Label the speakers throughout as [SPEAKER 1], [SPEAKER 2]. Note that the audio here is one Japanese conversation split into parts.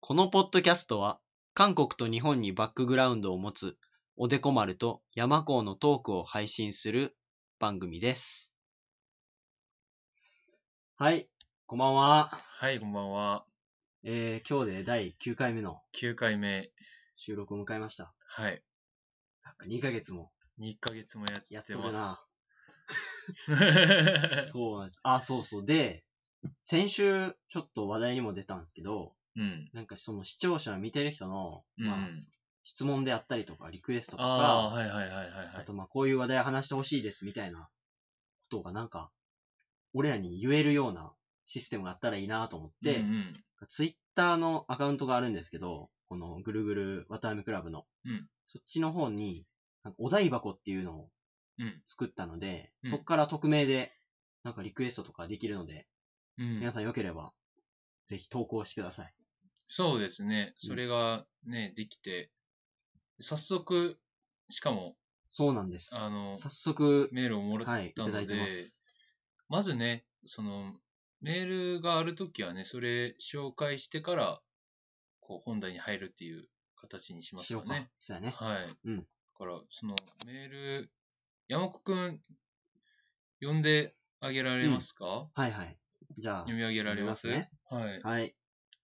[SPEAKER 1] このポッドキャストは、韓国と日本にバックグラウンドを持つ、おでこ丸と山高のトークを配信する番組です。はい、こんばんは。
[SPEAKER 2] はい、こんばんは。
[SPEAKER 1] えー、今日で第9回目の
[SPEAKER 2] 9回目。
[SPEAKER 1] 収録を迎えました。
[SPEAKER 2] はい。
[SPEAKER 1] なんか2ヶ月も
[SPEAKER 2] 2ヶ月もや
[SPEAKER 1] やっ
[SPEAKER 2] って
[SPEAKER 1] る
[SPEAKER 2] てま
[SPEAKER 1] な。
[SPEAKER 2] す。 う
[SPEAKER 1] そうなんです。あ、そうそう。で、先週、ちょっと話題にも出たんですけど、
[SPEAKER 2] ん。
[SPEAKER 1] なんかその視聴者、見てる人の、
[SPEAKER 2] う
[SPEAKER 1] まあ、
[SPEAKER 2] ん。
[SPEAKER 1] 質問であったりとか、リクエストと
[SPEAKER 2] あ
[SPEAKER 1] か、
[SPEAKER 2] あー、はいはいはいはいは
[SPEAKER 1] あ
[SPEAKER 2] い
[SPEAKER 1] と。まあこういう話題話してほしいですみたいなことがなんか、俺らに言えるようなシステムがあったらいいなと思って、
[SPEAKER 2] うん
[SPEAKER 1] ツイッターのアカウントがあるんですけど、このぐるぐるわたあめクラブの、
[SPEAKER 2] うん
[SPEAKER 1] そっちの方に、なんかお台箱っていうのを
[SPEAKER 2] うん
[SPEAKER 1] 作ったので、
[SPEAKER 2] うん
[SPEAKER 1] そっから匿名で、なんかリクエストとかできるので、
[SPEAKER 2] うん。う
[SPEAKER 1] 皆
[SPEAKER 2] ん。
[SPEAKER 1] さんよければ、ぜひ投稿してください。
[SPEAKER 2] そうですね。それがね、できて、早速、しかも、
[SPEAKER 1] そうなんです。
[SPEAKER 2] あの、
[SPEAKER 1] 早速、
[SPEAKER 2] メールをもら
[SPEAKER 1] はい、
[SPEAKER 2] っ
[SPEAKER 1] い
[SPEAKER 2] た
[SPEAKER 1] ただ
[SPEAKER 2] の
[SPEAKER 1] いて
[SPEAKER 2] で、
[SPEAKER 1] ます。
[SPEAKER 2] まずね、その、メールがあるときはね、それ紹介してから、こう、本題に入るっていう形にします
[SPEAKER 1] しよ
[SPEAKER 2] よ
[SPEAKER 1] うか
[SPEAKER 2] ね。。
[SPEAKER 1] そうやね。
[SPEAKER 2] はい。
[SPEAKER 1] うん
[SPEAKER 2] だから、その、メール、山子くん、呼んであげられますか、
[SPEAKER 1] はいはい。じゃあ、
[SPEAKER 2] 読み上げられます
[SPEAKER 1] 読み
[SPEAKER 2] はい。
[SPEAKER 1] はい。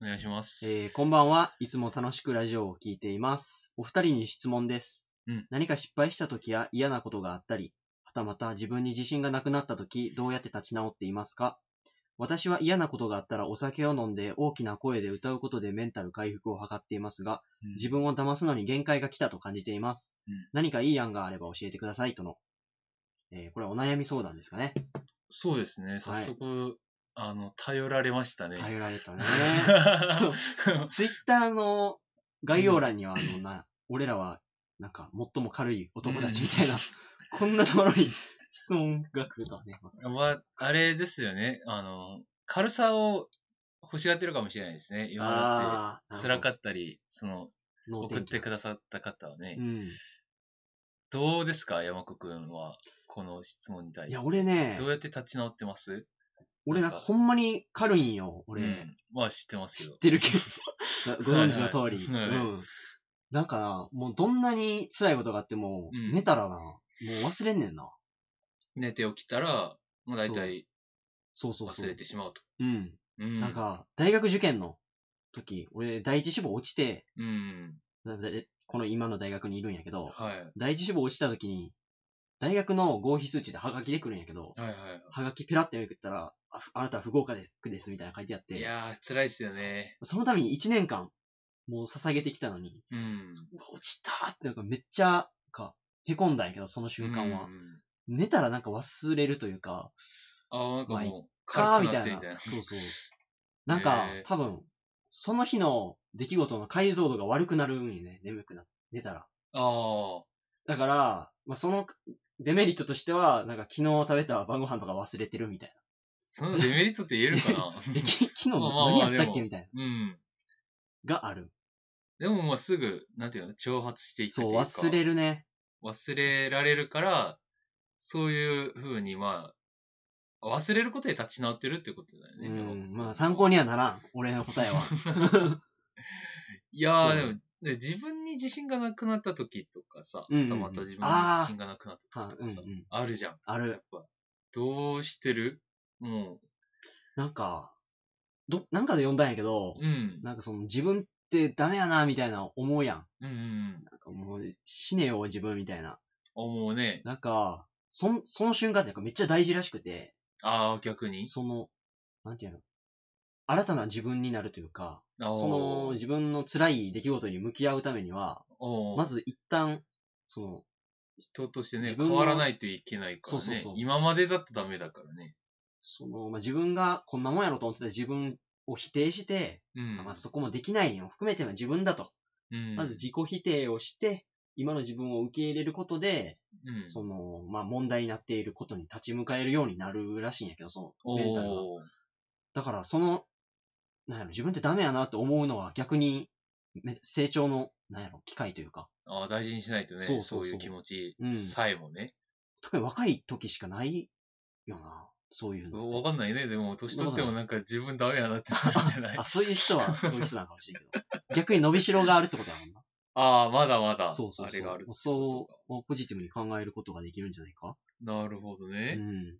[SPEAKER 2] お願いします。
[SPEAKER 1] えーこんばんは。いつも楽しくラジオを聞いています。お二人に質問です。
[SPEAKER 2] うん
[SPEAKER 1] 何か失敗した時や嫌なことがあったり、はたまた自分に自信がなくなった時、どうやって立ち直っていますか私は嫌なことがあったらお酒を飲んで大きな声で歌うことでメンタル回復を図っていますが、
[SPEAKER 2] うん
[SPEAKER 1] 自分を騙すのに限界が来たと感じています。
[SPEAKER 2] うん
[SPEAKER 1] 何かいい案があれば教えてくださいとの。えーこれはお悩み相談ですかね。
[SPEAKER 2] そうですね、早速、あの、頼られましたね。
[SPEAKER 1] 頼られたね。
[SPEAKER 2] は
[SPEAKER 1] ツイッターの概要欄には、あの、な、俺らは、なんか、最も軽い男たちみたいな、こんなところに質問が来るとはね。まさか
[SPEAKER 2] まあ、あれですよね、あの、軽さを欲しがってるかもしれないですね。今だ
[SPEAKER 1] あ
[SPEAKER 2] って、辛か
[SPEAKER 1] っ
[SPEAKER 2] ったり、その、
[SPEAKER 1] た。
[SPEAKER 2] 送ってく
[SPEAKER 1] だ
[SPEAKER 2] ださった方はね、
[SPEAKER 1] うん。
[SPEAKER 2] どうですか、山子くんは、この質問に対
[SPEAKER 1] い
[SPEAKER 2] し
[SPEAKER 1] や、
[SPEAKER 2] て。
[SPEAKER 1] 俺ね
[SPEAKER 2] ど、うやって立ち直ってます
[SPEAKER 1] 俺なんか、ほんまに軽いんよ、俺。
[SPEAKER 2] うん、まあ知ってますけ
[SPEAKER 1] 知
[SPEAKER 2] ど
[SPEAKER 1] っ。てるけど、 ご存知の通り。
[SPEAKER 2] はいはいはい
[SPEAKER 1] うん。なんかな、もうどんなに辛いことがあっても、
[SPEAKER 2] うん
[SPEAKER 1] 寝たらな、もう忘れんねんな。
[SPEAKER 2] 寝て起きたら、もう大体
[SPEAKER 1] そうそうそう。
[SPEAKER 2] 忘れてしまうと。
[SPEAKER 1] うん。
[SPEAKER 2] うん。
[SPEAKER 1] なん、か、大学受験の時、俺、第一志望落ちて、
[SPEAKER 2] うん。
[SPEAKER 1] だでこの今の大学にいるんやけど、
[SPEAKER 2] はい。
[SPEAKER 1] 第一志望落ちた時に、大学の合否数値でハガキで来るんやけど、
[SPEAKER 2] はいは
[SPEAKER 1] ハガキペラってめくったら、ああなたは不合格ですですみたいなの書いてあっ
[SPEAKER 2] い。い
[SPEAKER 1] て、
[SPEAKER 2] やー、辛いっすよね。
[SPEAKER 1] そのために1年間、もう捧げてきたのに、
[SPEAKER 2] うん。
[SPEAKER 1] うわ落ちたーってなんかめっちゃ、なんか、へこんだんやけど、その瞬間は。
[SPEAKER 2] うん
[SPEAKER 1] 寝たらなんか忘れるというか、
[SPEAKER 2] ああ、なんか
[SPEAKER 1] まあいっ
[SPEAKER 2] もう、
[SPEAKER 1] かー
[SPEAKER 2] 軽
[SPEAKER 1] み
[SPEAKER 2] く
[SPEAKER 1] た
[SPEAKER 2] ないって
[SPEAKER 1] な。
[SPEAKER 2] みたいな。
[SPEAKER 1] そうそう。なんか、
[SPEAKER 2] へー
[SPEAKER 1] 多分、その日の出来事の解像度が悪くなるんよね、眠くな、寝たら。
[SPEAKER 2] あ
[SPEAKER 1] だから、まあ、そのデメリットとしては、なんか昨日食べた晩ご飯とか忘れてるみたい
[SPEAKER 2] あ、そのデメリットって言える かな
[SPEAKER 1] な。え、き昨日
[SPEAKER 2] まあまあまあ
[SPEAKER 1] 何やったっ
[SPEAKER 2] で
[SPEAKER 1] け
[SPEAKER 2] も
[SPEAKER 1] みたい
[SPEAKER 2] うん。
[SPEAKER 1] な。がある。
[SPEAKER 2] でもまあすぐ、なんていうの、挑発していくってい
[SPEAKER 1] そうう、
[SPEAKER 2] か。
[SPEAKER 1] 忘れるね。
[SPEAKER 2] 忘れられるから、そういうふうに、まあ、忘れることで立ち直ってるってことだよ
[SPEAKER 1] う
[SPEAKER 2] ね。
[SPEAKER 1] ん。まあ、参考にはならん。俺の 答えは。
[SPEAKER 2] いや
[SPEAKER 1] そう
[SPEAKER 2] ー、でも、で自分に自信がなくなった時とかさ、
[SPEAKER 1] うんうんうん
[SPEAKER 2] たまた自分に自信がなくなった
[SPEAKER 1] は
[SPEAKER 2] 時と
[SPEAKER 1] うんう
[SPEAKER 2] かさ、
[SPEAKER 1] ん。
[SPEAKER 2] あるじゃん。
[SPEAKER 1] あ
[SPEAKER 2] や
[SPEAKER 1] る。
[SPEAKER 2] っぱ、どうしてるも
[SPEAKER 1] なんか、ど、なんかで読んだんやけど
[SPEAKER 2] う、、うん、
[SPEAKER 1] なんかその自分ってダメやな、みたいな思うやん。
[SPEAKER 2] うん、うん、
[SPEAKER 1] なんかもう、死ねよ、自分みたいな。
[SPEAKER 2] 思うね。
[SPEAKER 1] なんか、そん、その瞬間ってなんかめっちゃ大事らしくて、
[SPEAKER 2] ああ、逆に。
[SPEAKER 1] その、なんていうの、新たな自分になるというか、
[SPEAKER 2] あー
[SPEAKER 1] その自分の辛い出来事に向き合うためには、
[SPEAKER 2] おう
[SPEAKER 1] まず一旦、その、
[SPEAKER 2] 人として
[SPEAKER 1] 自
[SPEAKER 2] ね、
[SPEAKER 1] 分
[SPEAKER 2] 変
[SPEAKER 1] の
[SPEAKER 2] わらないといけないからね。
[SPEAKER 1] そうそうそう
[SPEAKER 2] 今までだとダメだからね。
[SPEAKER 1] その、まあ、自分がこんなもんやろと思ってた自分を否定して、
[SPEAKER 2] うん。
[SPEAKER 1] まあ、そこもできないよ含めての自分だと。
[SPEAKER 2] うん、
[SPEAKER 1] まず自己否定をして、今の自分を受け入れることで、
[SPEAKER 2] うん、
[SPEAKER 1] その、まあ、問題になっていることに立ち向かえるようになるらしいんやけど、その、メンタルが。
[SPEAKER 2] おー
[SPEAKER 1] だから、その、なんやろ、自分ってダメやなって思うのは逆に、め成長の、なんやろ、機会というか、
[SPEAKER 2] ああ、大事にしないとね、
[SPEAKER 1] そ
[SPEAKER 2] そうう
[SPEAKER 1] そうそう
[SPEAKER 2] いう気持ち
[SPEAKER 1] うん
[SPEAKER 2] さえもね。
[SPEAKER 1] 特に若い時しかないよな、そういうの。
[SPEAKER 2] わかんないね。でも、年取ってもなんか自分ダメやなってなるんじゃない
[SPEAKER 1] あ、そういう人は、そういう人なのかもしれんけど。逆に伸びしろがあるってことだもんな。
[SPEAKER 2] ああ、まだまだ、
[SPEAKER 1] そうそう
[SPEAKER 2] あれがある
[SPEAKER 1] そう。そう、ポジティブに考えることができるんじゃないか
[SPEAKER 2] なるほど
[SPEAKER 1] う
[SPEAKER 2] ね。
[SPEAKER 1] ん。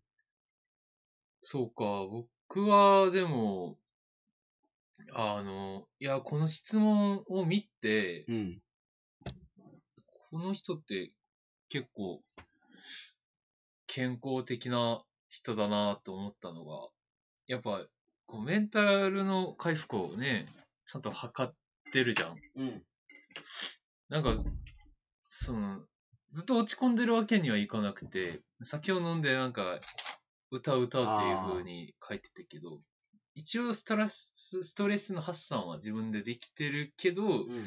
[SPEAKER 2] そうか、僕はでも、あの、いや、この質問を見て、
[SPEAKER 1] うん。
[SPEAKER 2] この人って結構健康的な人だなと思ったのが、やっぱこうメンタルの回復をね、ちゃんと測ってるじゃん。
[SPEAKER 1] うん。
[SPEAKER 2] なんか、その、ずっと落ち込んでるわけにはいかなくて、酒を飲んでなんか、歌う歌うっていう風に書いてたけど、一応ストラス、ストレスの発散は自分でできてるけど、
[SPEAKER 1] うん。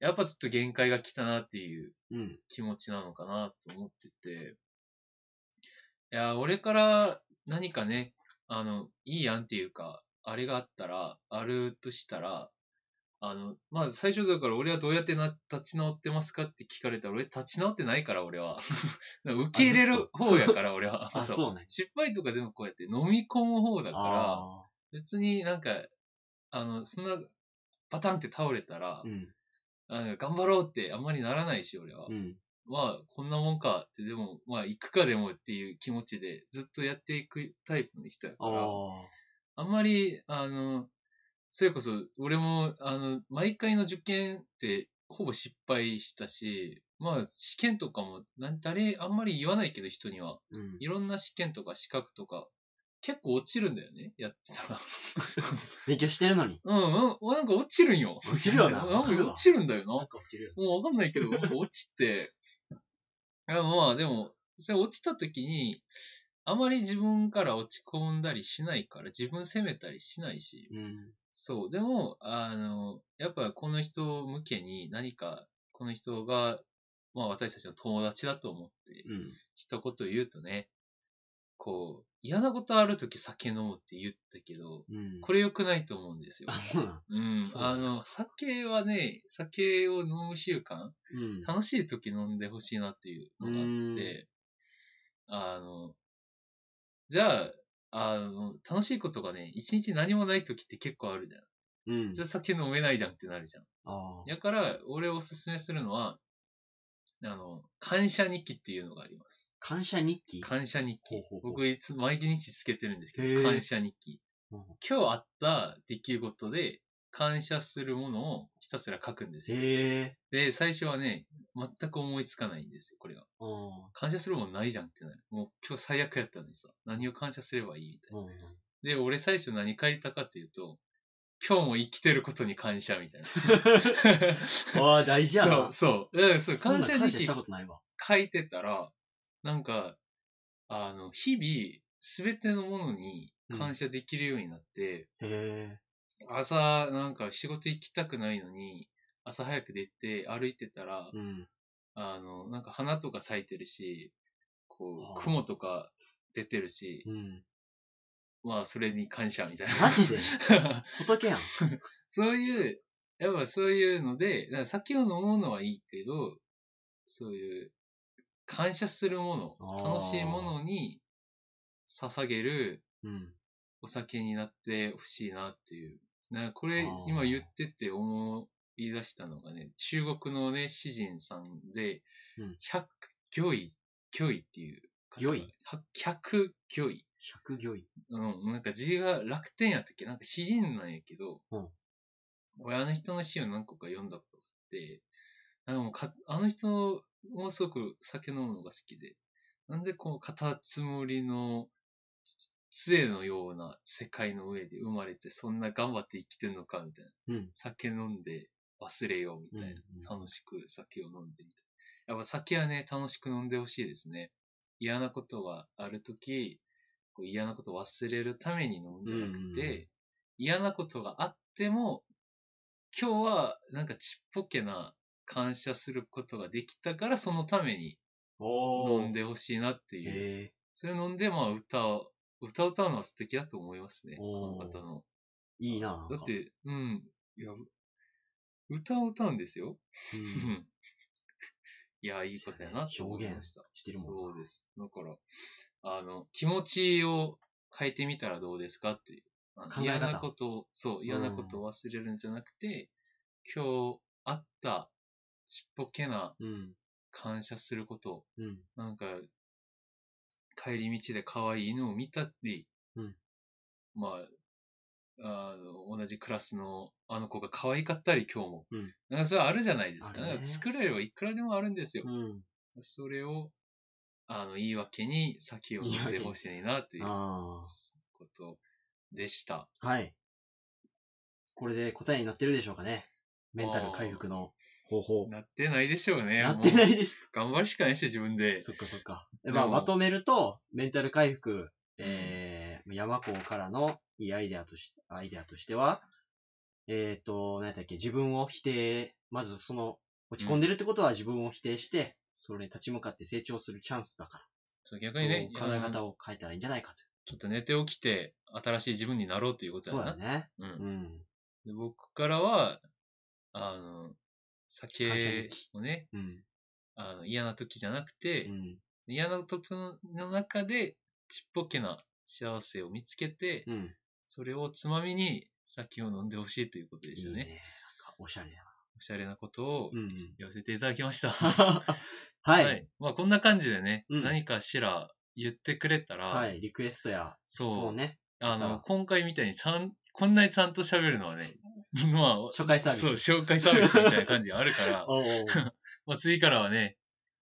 [SPEAKER 2] やっぱちょっと限界が来たなっていう
[SPEAKER 1] うん。
[SPEAKER 2] 気持ちなのかなと思ってて、いや、俺から何かね、あの、いい案っていうか、あれがあったら、あるとしたら、あの、まあ、最初だから俺はどうやってな立ち直ってますかって聞かれたら、俺立ち直ってないから、俺は。 受け入れる方やから、俺は。
[SPEAKER 1] あ、
[SPEAKER 2] そう
[SPEAKER 1] そうね。
[SPEAKER 2] 失敗とか全部こうやって飲み込む方だから、
[SPEAKER 1] あ
[SPEAKER 2] 別になんか、あの、そんな、パタンって倒れたら
[SPEAKER 1] ー。う、ん。
[SPEAKER 2] あの頑張ろうってあんまりならないし、俺は
[SPEAKER 1] う。ん。
[SPEAKER 2] まあ、こんなもんかって、でも、まあ、行くかでもっていう気持ちで、ずっとやっていくタイプの人やか
[SPEAKER 1] あ
[SPEAKER 2] ら、
[SPEAKER 1] あ。
[SPEAKER 2] あんまり、あの、それこそ、俺も、あの、毎回の受験って、ほぼ失敗したし、まあ、試験とかも、なん誰、あんまり言わないけど、人には。
[SPEAKER 1] うん。
[SPEAKER 2] いろんな試験とか資格とか、結構落ちるんだよね、やって たら。
[SPEAKER 1] 勉強してるのに。
[SPEAKER 2] うん、うん、なんか落ちるんよ。
[SPEAKER 1] 落ちるよな
[SPEAKER 2] なんか落ちるんだよな。
[SPEAKER 1] か落ちるよね。
[SPEAKER 2] もうわかんないけど、なんか落ちて。いやまあでも、それ落ちた時に、あまり自分から落ち込んだりしないから、自分責めたりしないし、
[SPEAKER 1] うん。
[SPEAKER 2] そう、でも、あの、やっぱこの人向けに何か、この人が、まあ私たちの友達だと思って、
[SPEAKER 1] うん。
[SPEAKER 2] 一言言うとね、こう、嫌なことある時酒飲むって言ったけど、
[SPEAKER 1] うん。
[SPEAKER 2] これ良くないと思うんですよ
[SPEAKER 1] あ、。そうな
[SPEAKER 2] うん、
[SPEAKER 1] そうだ
[SPEAKER 2] あの、酒はね、酒を飲む習慣
[SPEAKER 1] のうん。
[SPEAKER 2] 楽しい時飲んでほしいなっていうのがあって、あの、じゃあ、あの、楽しいことがね、一日何もない時って結構あるじゃん。
[SPEAKER 1] うん。
[SPEAKER 2] じゃあ酒飲めないじゃんってなるじゃん。
[SPEAKER 1] ああ。
[SPEAKER 2] だから、俺おすすめするのは、あの、感謝日記っていうのがあります。
[SPEAKER 1] 感謝日記
[SPEAKER 2] 感謝日
[SPEAKER 1] ほう
[SPEAKER 2] 記
[SPEAKER 1] ほう。ほう
[SPEAKER 2] 僕いつ、毎日つけてるんですけ
[SPEAKER 1] へえ
[SPEAKER 2] ど、感謝日記。
[SPEAKER 1] うん
[SPEAKER 2] 今日あった出来事で感謝するものをひたすら書くんですよ。
[SPEAKER 1] ええ
[SPEAKER 2] で、最初はね、全く思いつかないんですよ、これが。
[SPEAKER 1] ー。あ
[SPEAKER 2] 感謝するもんないじゃんってなる。もう今日最悪やったのにさ、何を感謝すればいいみたい
[SPEAKER 1] あ。うん。
[SPEAKER 2] な。で、俺最初何書いたかっていうと、今日も生きてることに感謝 みたいな。
[SPEAKER 1] ああ、大事やな。
[SPEAKER 2] そう、そう。うん、そう、
[SPEAKER 1] そんな
[SPEAKER 2] 感
[SPEAKER 1] ん
[SPEAKER 2] 謝
[SPEAKER 1] 感
[SPEAKER 2] 日
[SPEAKER 1] 謝
[SPEAKER 2] 記
[SPEAKER 1] したことないわ。
[SPEAKER 2] 書いてたら、なんか、あの、日々、すべてのものに感謝できるようになって、
[SPEAKER 1] へ
[SPEAKER 2] 朝、なんか仕事行きたくないのに、朝早く出て歩いてたら
[SPEAKER 1] え。、うん。
[SPEAKER 2] あの、なんか花とか咲いてるし、こ
[SPEAKER 1] あー
[SPEAKER 2] う、雲とか出てるし、
[SPEAKER 1] うん。
[SPEAKER 2] まあ、それに感謝みたい
[SPEAKER 1] マジで
[SPEAKER 2] な。
[SPEAKER 1] 仏やん。
[SPEAKER 2] そういう、やっぱそういうので、だから酒を飲むのはいいけど、そういう、感謝するも
[SPEAKER 1] あ
[SPEAKER 2] の、
[SPEAKER 1] ー
[SPEAKER 2] 楽しいものに捧げる
[SPEAKER 1] うん。
[SPEAKER 2] お酒になってほしいなっていう。なんかこれ
[SPEAKER 1] あー、
[SPEAKER 2] 今言ってて思い出したのがね、中国のね、詩人さんで
[SPEAKER 1] うん、
[SPEAKER 2] 百魚医、魚医っていう方
[SPEAKER 1] 魚
[SPEAKER 2] が
[SPEAKER 1] 医。
[SPEAKER 2] は百魚医。
[SPEAKER 1] 百魚医。
[SPEAKER 2] うん、なんか字が楽天やったっけなんか詩人なんやけど、
[SPEAKER 1] うん
[SPEAKER 2] 俺あの人の詩を何個か読んだことがあって、なんかもうかあの人もすごく酒飲むのが好きで、なんでこう、カタツムリの杖のような世界の上で生まれて、そんな頑張って生きてんのかみたいな。
[SPEAKER 1] うん。
[SPEAKER 2] 酒飲んで忘れようみたいな。楽しく酒を飲んでみたい。やっぱ酒はね、楽しく飲んでほしいですね。嫌なことがあるとき、こう嫌なことを忘れるために飲むんじゃな
[SPEAKER 1] うん
[SPEAKER 2] く
[SPEAKER 1] うんう
[SPEAKER 2] て、嫌なことがあっても、今日はなんかちっぽけな感謝することができたから、そのために
[SPEAKER 1] お
[SPEAKER 2] 飲ん
[SPEAKER 1] で。
[SPEAKER 2] でほしいなっていう。
[SPEAKER 1] へ
[SPEAKER 2] それ飲んで、まあ歌を、歌を歌うのは素敵だと思いますね。
[SPEAKER 1] おー
[SPEAKER 2] この方の。
[SPEAKER 1] え。いいな。な
[SPEAKER 2] だ
[SPEAKER 1] ん
[SPEAKER 2] っ
[SPEAKER 1] か、
[SPEAKER 2] て、うん。いや、歌を歌うんですよ。
[SPEAKER 1] う
[SPEAKER 2] うん んいや、いいことやなって思いました。
[SPEAKER 1] してるもん。
[SPEAKER 2] そうです。だから、あの、気持ちを変えてみたらどうですかっていう。あの
[SPEAKER 1] 考え
[SPEAKER 2] 嫌
[SPEAKER 1] 方
[SPEAKER 2] なことを、そう、嫌なことを忘れるんじゃなくて、今日あったちっぽけな
[SPEAKER 1] うん。
[SPEAKER 2] 感謝すること
[SPEAKER 1] うん。
[SPEAKER 2] なんか、帰り道で可愛い犬を見たり、
[SPEAKER 1] うん
[SPEAKER 2] まあ、あの、同じクラスのあの子が可愛かったり、今日も。
[SPEAKER 1] うん
[SPEAKER 2] なんかそれはあるじゃないです
[SPEAKER 1] あ
[SPEAKER 2] か。
[SPEAKER 1] るね
[SPEAKER 2] なんか作れればいくらでもあるんですよ。
[SPEAKER 1] うん。
[SPEAKER 2] それを、あの、言い訳に先を
[SPEAKER 1] 言い
[SPEAKER 2] 飲ん
[SPEAKER 1] 訳
[SPEAKER 2] でほしいな、という
[SPEAKER 1] あ
[SPEAKER 2] ことでした。
[SPEAKER 1] あ。はい。これで答えになってるでしょうかね。メンタル回復の方法。
[SPEAKER 2] なってないでしょう ね。
[SPEAKER 1] なってな
[SPEAKER 2] も
[SPEAKER 1] いでし
[SPEAKER 2] う頑張るしかないでしょ、自分
[SPEAKER 1] ょ。
[SPEAKER 2] で。
[SPEAKER 1] そっかそっか。
[SPEAKER 2] でも
[SPEAKER 1] まあ、まとめると、メンタル回復、えー、山子からのいいアイデアとし、アイデアとしては、えっ、ー、と、何やったっけ、自分を否定、まずその、落ち込んでるってことは自分を否定して、それに立ち向かって成長するチャンスだから。
[SPEAKER 2] そう逆にね、
[SPEAKER 1] そう考え
[SPEAKER 2] あの
[SPEAKER 1] 方を変えたらいいんじゃないか。
[SPEAKER 2] ちょっと寝て起きて、新しい自分になろうということとだ
[SPEAKER 1] そ
[SPEAKER 2] な。
[SPEAKER 1] うだね。
[SPEAKER 2] うん
[SPEAKER 1] うん。
[SPEAKER 2] で僕からは、あの、
[SPEAKER 1] 感謝
[SPEAKER 2] 酒
[SPEAKER 1] 日記
[SPEAKER 2] をね、
[SPEAKER 1] うん。
[SPEAKER 2] あの嫌な時じゃなくて、
[SPEAKER 1] うん。
[SPEAKER 2] 嫌な時の中でちっぽけな幸せを見つけて、
[SPEAKER 1] うん。
[SPEAKER 2] それをつまみに酒を飲んでほしいということでしたね。
[SPEAKER 1] いいねなんかおしゃれな。
[SPEAKER 2] おしゃれなことを
[SPEAKER 1] うん うん。
[SPEAKER 2] 言わせていただきま した。
[SPEAKER 1] はい。
[SPEAKER 2] まあこんな感じでね、
[SPEAKER 1] うん
[SPEAKER 2] 何かしら言ってくれたら、
[SPEAKER 1] はい。リクエストや質
[SPEAKER 2] そう
[SPEAKER 1] 問ね。ま
[SPEAKER 2] あの、
[SPEAKER 1] た
[SPEAKER 2] 今回みたいにちゃん、こんなにちゃんと喋るのはね、まあ、
[SPEAKER 1] 初回 サービス。
[SPEAKER 2] そう、紹介サービスみたいな感じがあ るから、
[SPEAKER 1] おうおう
[SPEAKER 2] まあ次からはね、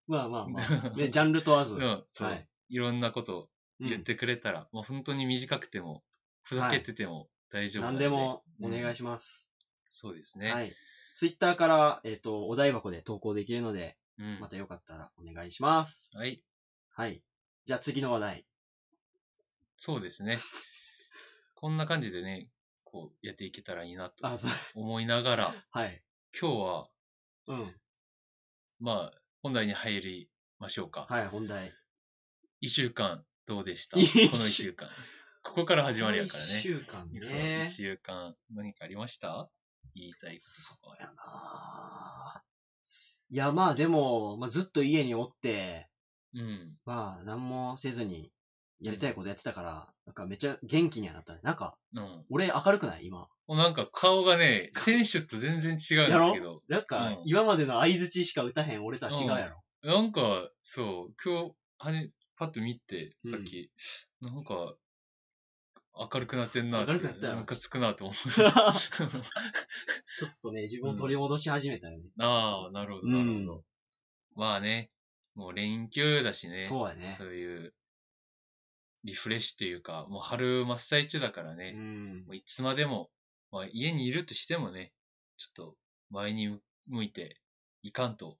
[SPEAKER 1] まあまあま あ。で、ジャンル問わず。
[SPEAKER 2] うん、そう、
[SPEAKER 1] はいい。、
[SPEAKER 2] ろんなことを
[SPEAKER 1] うん
[SPEAKER 2] 言ってくれたら、もう本当に短くても、ふざけてても大丈夫なん
[SPEAKER 1] 何
[SPEAKER 2] で。
[SPEAKER 1] でも
[SPEAKER 2] う
[SPEAKER 1] お
[SPEAKER 2] ん
[SPEAKER 1] 願いします。
[SPEAKER 2] そうですね。
[SPEAKER 1] はい。ツイッターから、えっと、お台箱で投稿できるので、
[SPEAKER 2] うん
[SPEAKER 1] またよかったらお願いします。
[SPEAKER 2] はい。
[SPEAKER 1] はい。じゃあ次の話題。
[SPEAKER 2] そうです ね。こんな感じでね、こうやっていけたらいいなと
[SPEAKER 1] あ、そう。
[SPEAKER 2] 思いながら、
[SPEAKER 1] はい。
[SPEAKER 2] 今日は、
[SPEAKER 1] うん。
[SPEAKER 2] まあ、本題に入りましょうか。
[SPEAKER 1] はい、本題。
[SPEAKER 2] 一週間、どうでしたこ
[SPEAKER 1] 一週
[SPEAKER 2] の一週間。ここから始まりやから
[SPEAKER 1] 一
[SPEAKER 2] ね。
[SPEAKER 1] 週間ね。
[SPEAKER 2] そう一週間、何かありました言いたいこととか。
[SPEAKER 1] やなぁいや、まあでも、まあ、ずっと家におって、
[SPEAKER 2] うん。
[SPEAKER 1] まあ、何もせずに、やりたいことやってたから、なんかめっちゃ元気にはなったね。なんか、
[SPEAKER 2] うん。
[SPEAKER 1] 俺明るくない今。
[SPEAKER 2] もうなんか顔がね、選手と全然違うん
[SPEAKER 1] や
[SPEAKER 2] です
[SPEAKER 1] ろ
[SPEAKER 2] けど、
[SPEAKER 1] なんか、
[SPEAKER 2] うん
[SPEAKER 1] 今までの相槌しか打たへん俺とは違うやろ。
[SPEAKER 2] なんか、そう、今日、はじ、パッと見て、
[SPEAKER 1] うん
[SPEAKER 2] さっき、なんか、明るくなってんなって、
[SPEAKER 1] 明るくなったよ
[SPEAKER 2] ムカつくなと思って。
[SPEAKER 1] ちょっとね、自分を取り戻し始めたよね。
[SPEAKER 2] ああ、なるほど、なるほど。まあね、もう連休だしね、
[SPEAKER 1] そうやね
[SPEAKER 2] そ。ういう、リフレッシュというか、もう春真っ最中だから
[SPEAKER 1] う
[SPEAKER 2] ね、
[SPEAKER 1] ん
[SPEAKER 2] も。ういつまでも、まあ家にいるとしてもね、ちょっと前に向いていかんと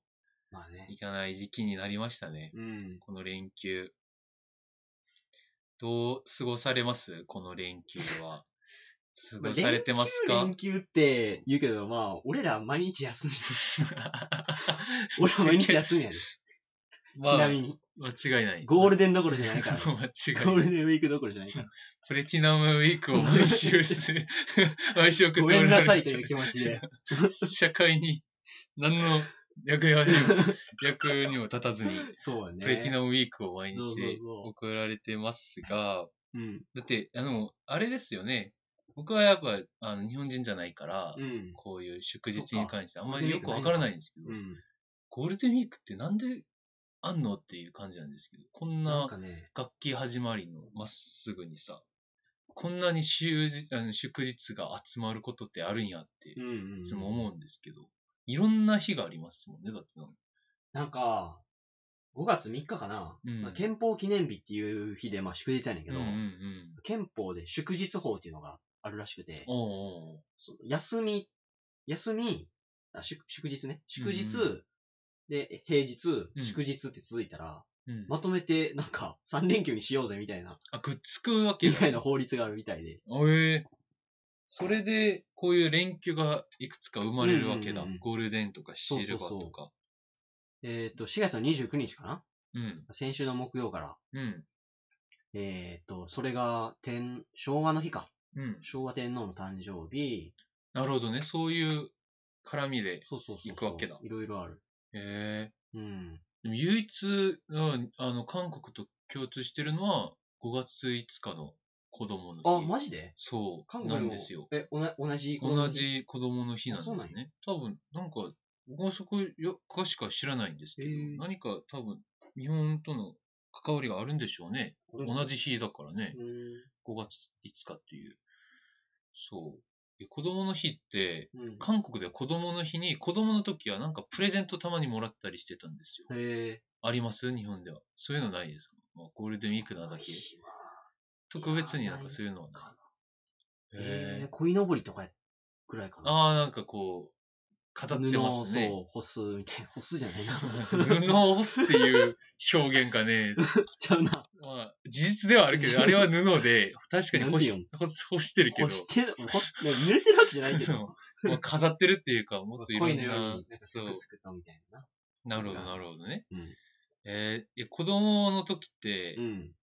[SPEAKER 1] まあね。
[SPEAKER 2] 行かない時期になりましたね。
[SPEAKER 1] うん。
[SPEAKER 2] この連休。どう過ごされますこの連休 は。過ごされてますか
[SPEAKER 1] 連休連休って言うけど、まあ、俺ら毎日休み。俺 ら毎日休みやね。
[SPEAKER 2] ま
[SPEAKER 1] ち
[SPEAKER 2] あ
[SPEAKER 1] なみに。
[SPEAKER 2] 間違いない。
[SPEAKER 1] ゴールデンどころじゃないからね ゴ
[SPEAKER 2] 間違い
[SPEAKER 1] ー
[SPEAKER 2] ない。
[SPEAKER 1] ルデンウィークどころじゃないから。
[SPEAKER 2] プレチナムウィークを毎週 する、毎週送って
[SPEAKER 1] ご
[SPEAKER 2] お
[SPEAKER 1] めん
[SPEAKER 2] ら
[SPEAKER 1] な
[SPEAKER 2] れ
[SPEAKER 1] さい
[SPEAKER 2] る
[SPEAKER 1] という気持ちで。
[SPEAKER 2] 社会に何の役にも役にも立たずに、
[SPEAKER 1] そう やね。
[SPEAKER 2] プレチナムウィークを毎
[SPEAKER 1] そうそう
[SPEAKER 2] 日
[SPEAKER 1] そう
[SPEAKER 2] 送られてますが、
[SPEAKER 1] うん。
[SPEAKER 2] だって、あの、あれですよね。僕はやっぱ、あの、日本人じゃないから、
[SPEAKER 1] うん。
[SPEAKER 2] こういう祝日に関してあんま
[SPEAKER 1] そ
[SPEAKER 2] り
[SPEAKER 1] っか
[SPEAKER 2] よくわからないんですけど、
[SPEAKER 1] うん。
[SPEAKER 2] ゴールデンウィークってなんであんのっていう感じなんですけど、こん
[SPEAKER 1] なん
[SPEAKER 2] な
[SPEAKER 1] かね、
[SPEAKER 2] 楽器始まりのまっすぐにさ、こんなに終日あの祝日が集まることってあるんやって、
[SPEAKER 1] う
[SPEAKER 2] い
[SPEAKER 1] んうん。
[SPEAKER 2] つも思うんですけど、いろんな日がありますもんね、だってなんか
[SPEAKER 1] なんか、5月3日かな、
[SPEAKER 2] うん
[SPEAKER 1] まあ憲法記念日っていう日で、まあ祝日やねんけ
[SPEAKER 2] うん
[SPEAKER 1] ど、
[SPEAKER 2] うんうん。
[SPEAKER 1] 憲法で祝日法っていうのがあるらしくて、
[SPEAKER 2] おうおう
[SPEAKER 1] その休み、休み、あ祝祝日ね。祝日、
[SPEAKER 2] うんう
[SPEAKER 1] で、平日、
[SPEAKER 2] うん
[SPEAKER 1] 祝日って続いたら、
[SPEAKER 2] うん、
[SPEAKER 1] まとめて、なんか、3連休にしようぜみたいな、
[SPEAKER 2] あ、くっつくわけ
[SPEAKER 1] み
[SPEAKER 2] だ
[SPEAKER 1] た
[SPEAKER 2] ね
[SPEAKER 1] いな法律があるみたいで。
[SPEAKER 2] ええそれで、こういう連休がいくつか生まれるわけだ。
[SPEAKER 1] うんうんうん
[SPEAKER 2] ゴールデンとかシルバー
[SPEAKER 1] そうそうそう
[SPEAKER 2] とか。
[SPEAKER 1] えっ、と、4月の29日かな
[SPEAKER 2] うん。
[SPEAKER 1] 先週の木曜から、
[SPEAKER 2] うん。
[SPEAKER 1] えっ、と、それが、天、昭和の日か。
[SPEAKER 2] うん。
[SPEAKER 1] 昭和天皇の誕生日。
[SPEAKER 2] なるほどね。そういう絡みで。
[SPEAKER 1] そうそうそうそう。
[SPEAKER 2] 行くわけだ
[SPEAKER 1] いろいろある。
[SPEAKER 2] え
[SPEAKER 1] うん。
[SPEAKER 2] え唯一、うんあの、韓国と共通してるのは、5月5日の子供の日。
[SPEAKER 1] あ、マジで
[SPEAKER 2] そ
[SPEAKER 1] 韓
[SPEAKER 2] う、
[SPEAKER 1] 国
[SPEAKER 2] な
[SPEAKER 1] も
[SPEAKER 2] んですよ。
[SPEAKER 1] え、おな同じ子供
[SPEAKER 2] 同
[SPEAKER 1] に
[SPEAKER 2] じ子供の日なんです
[SPEAKER 1] あそう
[SPEAKER 2] ね。多分、なんか、僕はそこよかしか知らないんですけど、
[SPEAKER 1] へー
[SPEAKER 2] 何か多分、日本との関わりがあるんでしょうね。同じ日だからね、
[SPEAKER 1] う
[SPEAKER 2] 5月5日っていう。そう。で子供の日って、
[SPEAKER 1] ん。うん。
[SPEAKER 2] 韓国では子供の日に、子供の時はなんかプレゼントたまにもらったりしてたんですよ。
[SPEAKER 1] へ
[SPEAKER 2] あります日本では。そういうのないですか、まあ、ゴールデンウィークな
[SPEAKER 1] ぇ
[SPEAKER 2] だけ。特別になんかそういうのは
[SPEAKER 1] か
[SPEAKER 2] ない。へ
[SPEAKER 1] え
[SPEAKER 2] ー
[SPEAKER 1] ー、鯉のぼりとかくらいかな。あ、
[SPEAKER 2] ああ、なんかこう、飾ってますね。
[SPEAKER 1] 布をそう、干すみたいな。干すじゃ ないな。
[SPEAKER 2] 布を干すっていう表現がね、
[SPEAKER 1] ちゃうな。
[SPEAKER 2] まあ、事実ではあるけど、あれは布で、確かに干
[SPEAKER 1] なん
[SPEAKER 2] し干す干してるけど
[SPEAKER 1] 干、してる、干す、ね濡れてるわけじゃないけ
[SPEAKER 2] そう
[SPEAKER 1] ど。
[SPEAKER 2] まあ飾ってるってい うか、もっといろ
[SPEAKER 1] 鯉
[SPEAKER 2] ん
[SPEAKER 1] のよう
[SPEAKER 2] な
[SPEAKER 1] に、、す
[SPEAKER 2] そう
[SPEAKER 1] く、すくとみたいな。
[SPEAKER 2] なるほど、なるほどね。
[SPEAKER 1] うん
[SPEAKER 2] えーいや子供の時って
[SPEAKER 1] う、ん。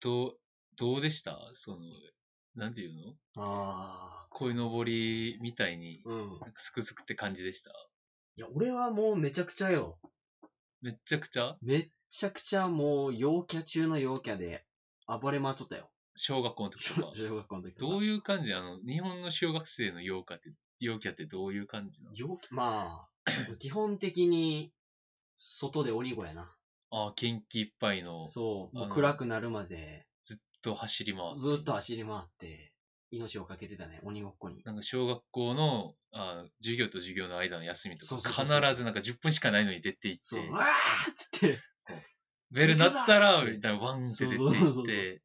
[SPEAKER 2] どう、どうでしたその、なんていうの
[SPEAKER 1] あ
[SPEAKER 2] 鯉のぼりみたいに、
[SPEAKER 1] あ。うん。
[SPEAKER 2] なんかすくすくって感じでした
[SPEAKER 1] いや、俺はもうめちゃくちゃよ。
[SPEAKER 2] めっちゃくちゃ
[SPEAKER 1] めっちゃくちゃもう陽キャ中の陽キャで暴れ回っとったよ。
[SPEAKER 2] 小学校の時と か。
[SPEAKER 1] 小学校の時
[SPEAKER 2] どう
[SPEAKER 1] う
[SPEAKER 2] いう感じあの、日本の小学生の陽キャって、陽キャってどういう感じなの
[SPEAKER 1] 陽キャ、まあ、基本的に外で鬼子やな。
[SPEAKER 2] ああ、元気いっぱいの、ずっ
[SPEAKER 1] そう。も
[SPEAKER 2] あ
[SPEAKER 1] う
[SPEAKER 2] の
[SPEAKER 1] 暗くなるまで
[SPEAKER 2] と走り回って。
[SPEAKER 1] ずーっと。走り回って、命をかけてたね、鬼ごっこに。
[SPEAKER 2] なんか小学校の、あー授業と授業の間の休みと
[SPEAKER 1] そ
[SPEAKER 2] か
[SPEAKER 1] うそうそう、そう
[SPEAKER 2] 必ずなんか10分しかないのに出て行っ
[SPEAKER 1] そう、
[SPEAKER 2] て
[SPEAKER 1] う、わーっつって、
[SPEAKER 2] ベル鳴ったら、
[SPEAKER 1] 行くぞ
[SPEAKER 2] みたいな、ワンって出て
[SPEAKER 1] そうそうそ
[SPEAKER 2] 行っ
[SPEAKER 1] う
[SPEAKER 2] て、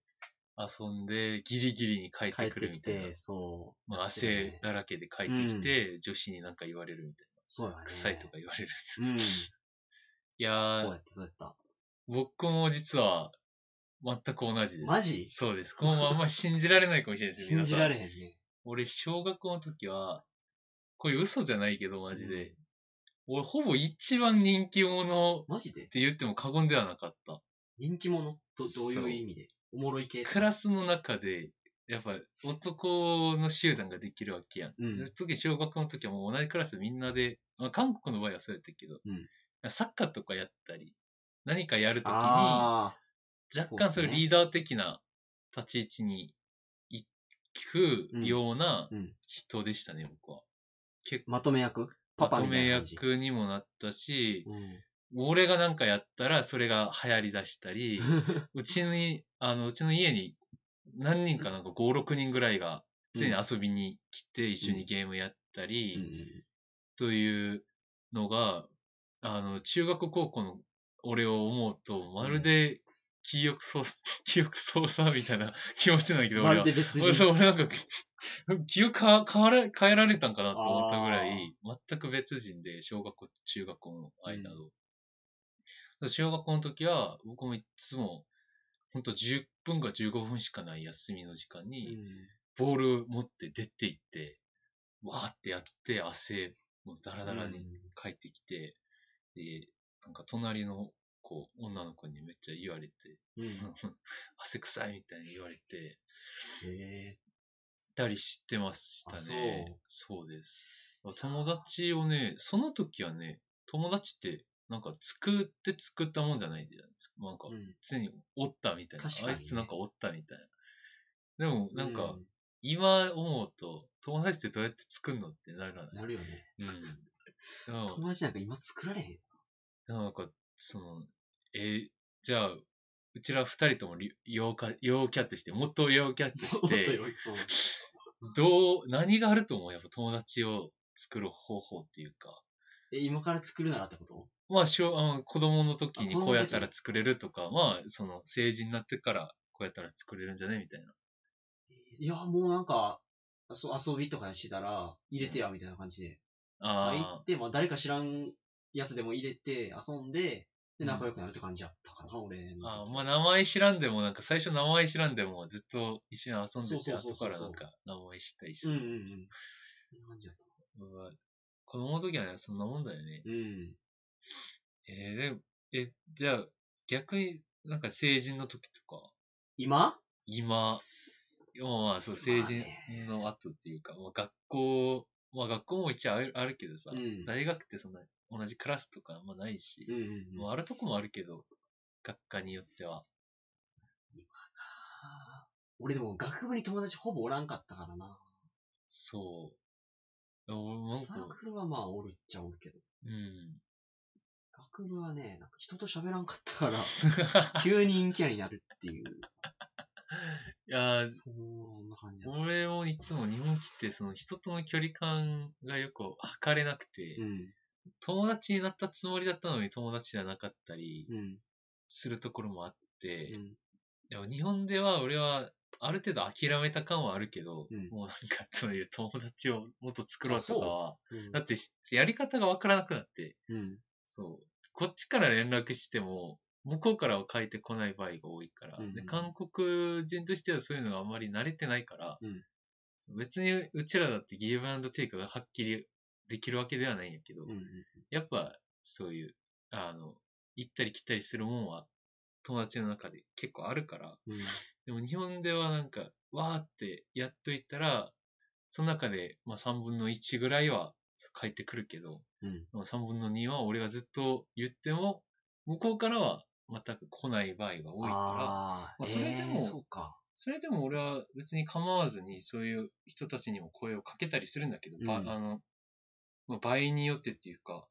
[SPEAKER 2] 遊んで、ギリギリに帰っ
[SPEAKER 1] 帰
[SPEAKER 2] て
[SPEAKER 1] って
[SPEAKER 2] くるみ
[SPEAKER 1] き
[SPEAKER 2] たいな
[SPEAKER 1] て、。そ、
[SPEAKER 2] まあ、汗だらけで帰ってきて、女子になんか言われるみたいう
[SPEAKER 1] そうやね
[SPEAKER 2] な。。臭いとか。言われる。
[SPEAKER 1] うん。
[SPEAKER 2] いや
[SPEAKER 1] そう
[SPEAKER 2] ー
[SPEAKER 1] や、った、そうやった。
[SPEAKER 2] 僕も実は、全く同じです。
[SPEAKER 1] マジ
[SPEAKER 2] そうです。このまんま信じられないかもしれないですよ。
[SPEAKER 1] 信じられ
[SPEAKER 2] い。
[SPEAKER 1] へんね。
[SPEAKER 2] 俺、小学校の時は、これ嘘じゃないけど、マジで。
[SPEAKER 1] うん
[SPEAKER 2] 俺、ほぼ一番人気者っ
[SPEAKER 1] マジで
[SPEAKER 2] て言っても過言ではなかった。
[SPEAKER 1] 人気者とどうい
[SPEAKER 2] そうう
[SPEAKER 1] 意味でおもろい系
[SPEAKER 2] クラスの中で、やっぱ男の集団ができるわけやん。
[SPEAKER 1] うん
[SPEAKER 2] その時、小学校の時はもう同じクラスみんなで、まあ、韓国の場合はそうやったけど、
[SPEAKER 1] うん
[SPEAKER 2] サッカーとかやったり、何かやるときに、
[SPEAKER 1] あ
[SPEAKER 2] 若干そういうリーダー的な立ち位置に行くような
[SPEAKER 1] うんうん
[SPEAKER 2] 人でしたね、僕は。結
[SPEAKER 1] ーまとめ役
[SPEAKER 2] 構、
[SPEAKER 1] パ
[SPEAKER 2] ま
[SPEAKER 1] パ
[SPEAKER 2] と
[SPEAKER 1] みた
[SPEAKER 2] め
[SPEAKER 1] いな感じ。
[SPEAKER 2] 役にもなったし、
[SPEAKER 1] うん
[SPEAKER 2] 俺がなんかやったらそれが流行り出したり、うちに、あの、うちの家に何人かなんか5、6人ぐらいが常に遊びに来て一緒にゲームやったり、
[SPEAKER 1] うんうん
[SPEAKER 2] というのが、あの、中学高校の俺を思うと、まるで記憶 操作、記憶操作みたいな気持ちなんだけど、
[SPEAKER 1] ま
[SPEAKER 2] 俺
[SPEAKER 1] る
[SPEAKER 2] は。
[SPEAKER 1] で別
[SPEAKER 2] 俺そう
[SPEAKER 1] 人。
[SPEAKER 2] 俺なんか、 記憶か変わら、変えられたんかなと思ったぐら
[SPEAKER 1] あ
[SPEAKER 2] い、全く別人で、小学校、中学校の間の。そう小学校の時は、僕もいつも、ほんと10分か15分しかない休みの時間に、ボール持って出て行って、わーってやって、汗、もうダラダラに帰ってきて、で、なんか隣の子、女の子にめっちゃ言われて、
[SPEAKER 1] うんうん
[SPEAKER 2] 汗臭いみたいに言われて、
[SPEAKER 1] へ
[SPEAKER 2] たりしてましたね。そうです。友達をね、その時はね、友達って、なんか作って作ったもんじゃないじゃないですか。なんか
[SPEAKER 1] ーうん
[SPEAKER 2] 常におったみたいな。
[SPEAKER 1] 確かに
[SPEAKER 2] あ
[SPEAKER 1] ね
[SPEAKER 2] いつなんかおったみたいな。でもなんか、
[SPEAKER 1] う
[SPEAKER 2] 今思うと、友達ってどうやって作るのってなるよね。
[SPEAKER 1] なるよね。
[SPEAKER 2] うん。 でも、
[SPEAKER 1] 友達なんか今作られへん。
[SPEAKER 2] なんか、その、えーじゃあ、うちら二人ともり陽キャ、陽キャとして、元陽キャと し
[SPEAKER 1] 本当
[SPEAKER 2] て、
[SPEAKER 1] ようん
[SPEAKER 2] どう、何があると思うやっぱ友達を作る方法っていうか、
[SPEAKER 1] え、今から作るならってこと
[SPEAKER 2] まあ、しょうあの子供の時
[SPEAKER 1] あ
[SPEAKER 2] に
[SPEAKER 1] 子供の時
[SPEAKER 2] こうやったら作れるとか、まあ、その、成人になってからこうやったら作れるんじゃねみたいな。
[SPEAKER 1] いや、もうなんか、そ遊びとかしてたら、入れてや、みたいな感じで。入っ
[SPEAKER 2] あ
[SPEAKER 1] て、まあ誰か知らんやつでも入れて、遊んで、
[SPEAKER 2] う
[SPEAKER 1] で、
[SPEAKER 2] ん
[SPEAKER 1] 仲良くなるって感じやったかな、俺
[SPEAKER 2] ー
[SPEAKER 1] の。
[SPEAKER 2] あー、まあ、名前知らんでも、なんか最初名前知らんでも、ずっと一緒に遊んでて、
[SPEAKER 1] そうそうそうそう
[SPEAKER 2] 後からなんか名前知ったりして
[SPEAKER 1] うんうんうん。そんな感じやった。
[SPEAKER 2] まあ子供の時はね、そんなもんだよね。
[SPEAKER 1] うん。
[SPEAKER 2] えー、でも、え、じゃあ、逆になんか成人の時とか、
[SPEAKER 1] 今
[SPEAKER 2] 今、まあまあそう、成
[SPEAKER 1] 今ね
[SPEAKER 2] 人の後っていうか、まあ、学校、まあ学校も一応あるあるけどさ、
[SPEAKER 1] うん
[SPEAKER 2] 大学ってそんな同じクラスとかあんまないし
[SPEAKER 1] うん、うんうん。
[SPEAKER 2] もうあるとこもあるけど、学科によっては。
[SPEAKER 1] あー俺でも学部に友達ほぼおらんかったからな。
[SPEAKER 2] そう。俺もなん
[SPEAKER 1] サー
[SPEAKER 2] か、
[SPEAKER 1] クルはまあおるっちゃおるけど。
[SPEAKER 2] うん。
[SPEAKER 1] 学部はね、なんか人と喋らんかったから、 急に陰キャになるっていう。
[SPEAKER 2] いやー、
[SPEAKER 1] そんな感じだった。
[SPEAKER 2] 俺もいつも日本来て、その人との距離感がよく測れなくて、
[SPEAKER 1] うん。
[SPEAKER 2] 友達になったつもりだったのに友達じゃなかったり
[SPEAKER 1] うん。
[SPEAKER 2] するところもあって、
[SPEAKER 1] うん。
[SPEAKER 2] でも日本では俺はある程度諦めた感はあるけど、
[SPEAKER 1] うん
[SPEAKER 2] もうなんかそういう友達をもっと作ろうとかは、
[SPEAKER 1] うん
[SPEAKER 2] だってしやり方がわからなくなって、
[SPEAKER 1] うん。
[SPEAKER 2] そう、こっちから連絡しても、向こうからは返ってこない場合が多いから、
[SPEAKER 1] うんうん
[SPEAKER 2] で韓国人としてはそういうのがあんまり慣れてないから、
[SPEAKER 1] うん
[SPEAKER 2] 別にうちらだってギブアンドテイクがはっきりできるわけではないんやけど、
[SPEAKER 1] うん。
[SPEAKER 2] やっぱそういう、あの、行ったり来たりするもんは友達の中で結構あるから、
[SPEAKER 1] うん。
[SPEAKER 2] でも日本ではなんか、わーってやっといたら、その中で、まあ、3分の1ぐらいは帰ってくるけど、
[SPEAKER 1] うん。
[SPEAKER 2] まあ3分の2は俺がずっと言っても、向こうからは全く来ない場合が多いから、
[SPEAKER 1] あ
[SPEAKER 2] ま
[SPEAKER 1] あ、
[SPEAKER 2] あそれでも
[SPEAKER 1] えーそうか。
[SPEAKER 2] それでも俺は別に構わずに、そういう人たちにも声をかけたりするんだけど、ば
[SPEAKER 1] うん
[SPEAKER 2] あの、まあ、場合によってっていうか、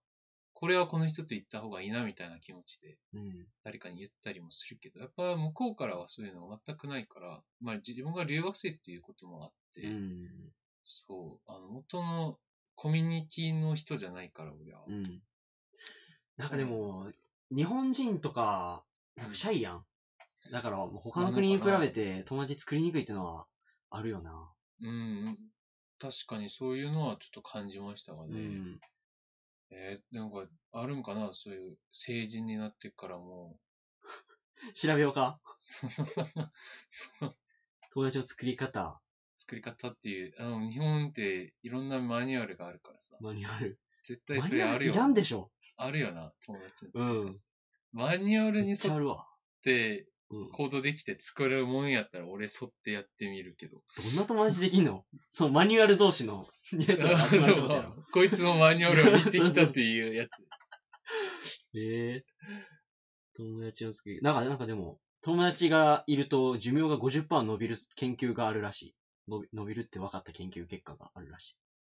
[SPEAKER 2] これはこの人と行った方がいいなみたいな気持ちで、
[SPEAKER 1] うん。
[SPEAKER 2] 誰かに言ったりもするけど、やっぱ向こうからはそういうのが全くないから、まあ自分が留学生っていうこともあって、
[SPEAKER 1] うん。
[SPEAKER 2] そう、あの、元のコミュニティの人じゃないから、俺は。
[SPEAKER 1] うん。なんかでも、日本人とか、なんかシャイやん。だから、他の国に比べて友達作りにくいっていうのはあるよな。
[SPEAKER 2] うん、確かにそういうのはちょっと感じましたが
[SPEAKER 1] う
[SPEAKER 2] ね。
[SPEAKER 1] ん。
[SPEAKER 2] えーなんか、あるんかな、そういう成人になってからも
[SPEAKER 1] 調べようか
[SPEAKER 2] う、その、その
[SPEAKER 1] 友達の作り方、
[SPEAKER 2] 作り方っていう、あの、日本っていろんなマニュアルがあるからさ、
[SPEAKER 1] マニュアル。
[SPEAKER 2] 絶
[SPEAKER 1] マ
[SPEAKER 2] 対そ
[SPEAKER 1] ニ
[SPEAKER 2] れ
[SPEAKER 1] ュア
[SPEAKER 2] あ
[SPEAKER 1] ル
[SPEAKER 2] る
[SPEAKER 1] い
[SPEAKER 2] よ。
[SPEAKER 1] らんでしょ。
[SPEAKER 2] あるよな、友達の。
[SPEAKER 1] うん。
[SPEAKER 2] マニュアルに
[SPEAKER 1] め
[SPEAKER 2] 沿
[SPEAKER 1] っちゃあ
[SPEAKER 2] っ
[SPEAKER 1] るわ。
[SPEAKER 2] て、
[SPEAKER 1] うん。ど
[SPEAKER 2] 行動できて作るもんやったら俺沿ってやってみるけ ど。
[SPEAKER 1] んな友達できんの そう、マニュアル同士のやつが集まるってことやろ。
[SPEAKER 2] こいつもマニュアルを見てきたっていうやつ。
[SPEAKER 1] ええ友達の作り。なんか、なんかでも、友達がいると寿命が50%伸びる研究があるらしい。伸び伸びるって分かった研究結果があるらし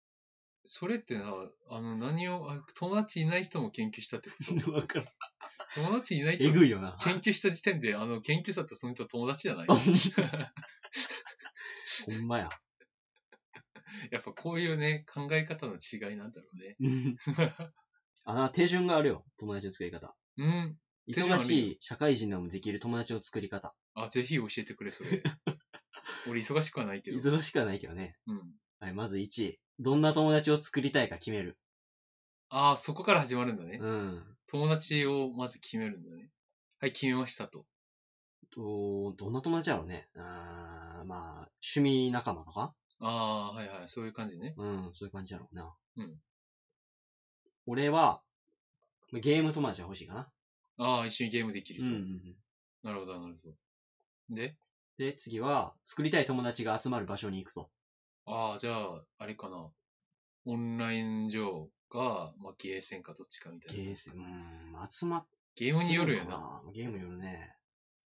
[SPEAKER 2] それってな、あの何を、あ友達いない人も研究したってこ
[SPEAKER 1] い。分からん。
[SPEAKER 2] と。友達いない人
[SPEAKER 1] えぐいよ な。
[SPEAKER 2] 研究した時点で、あの、研究者ってその人は友達じゃない
[SPEAKER 1] ほんまや。
[SPEAKER 2] やっぱこういうね、考え方の違いなんだろうね。
[SPEAKER 1] あ、な手順があるよ。友達の作り方。
[SPEAKER 2] うん。手順
[SPEAKER 1] 忙
[SPEAKER 2] あるよ
[SPEAKER 1] しい社会人でもできる友達の作り方。
[SPEAKER 2] あ、ぜひ教えてくれ、そ れ。俺忙しくはないけど。
[SPEAKER 1] 忙しくはないけどね。
[SPEAKER 2] うん。
[SPEAKER 1] はい、まず1、どんな友達を作りたいか決める。
[SPEAKER 2] ああ、そこから始まるんだね。
[SPEAKER 1] うん。
[SPEAKER 2] 友達をまず決めるんだね。はい、決めましたと。
[SPEAKER 1] と、どんな友達やろうね。あーまあ、趣味仲間とか
[SPEAKER 2] ああ、はいはい、そういう感じね。
[SPEAKER 1] うん、そういう感じだろうな。
[SPEAKER 2] うん。
[SPEAKER 1] 俺は、ゲーム友達が欲しいかな。
[SPEAKER 2] ああ、一緒にゲームできる
[SPEAKER 1] うんうんう
[SPEAKER 2] 人。
[SPEAKER 1] ん。
[SPEAKER 2] なるほど、なるほど。で、
[SPEAKER 1] で、次は、作りたい友達が集まる場所に行くと。
[SPEAKER 2] ああ、じゃあ、あれかな。オンライン上か、まあ、ゲーセンかどっちかみたいな。
[SPEAKER 1] ゲーセン、うん、集まっ
[SPEAKER 2] ゲーム
[SPEAKER 1] て
[SPEAKER 2] による
[SPEAKER 1] る
[SPEAKER 2] よ
[SPEAKER 1] か
[SPEAKER 2] な。
[SPEAKER 1] な。ゲームによるね。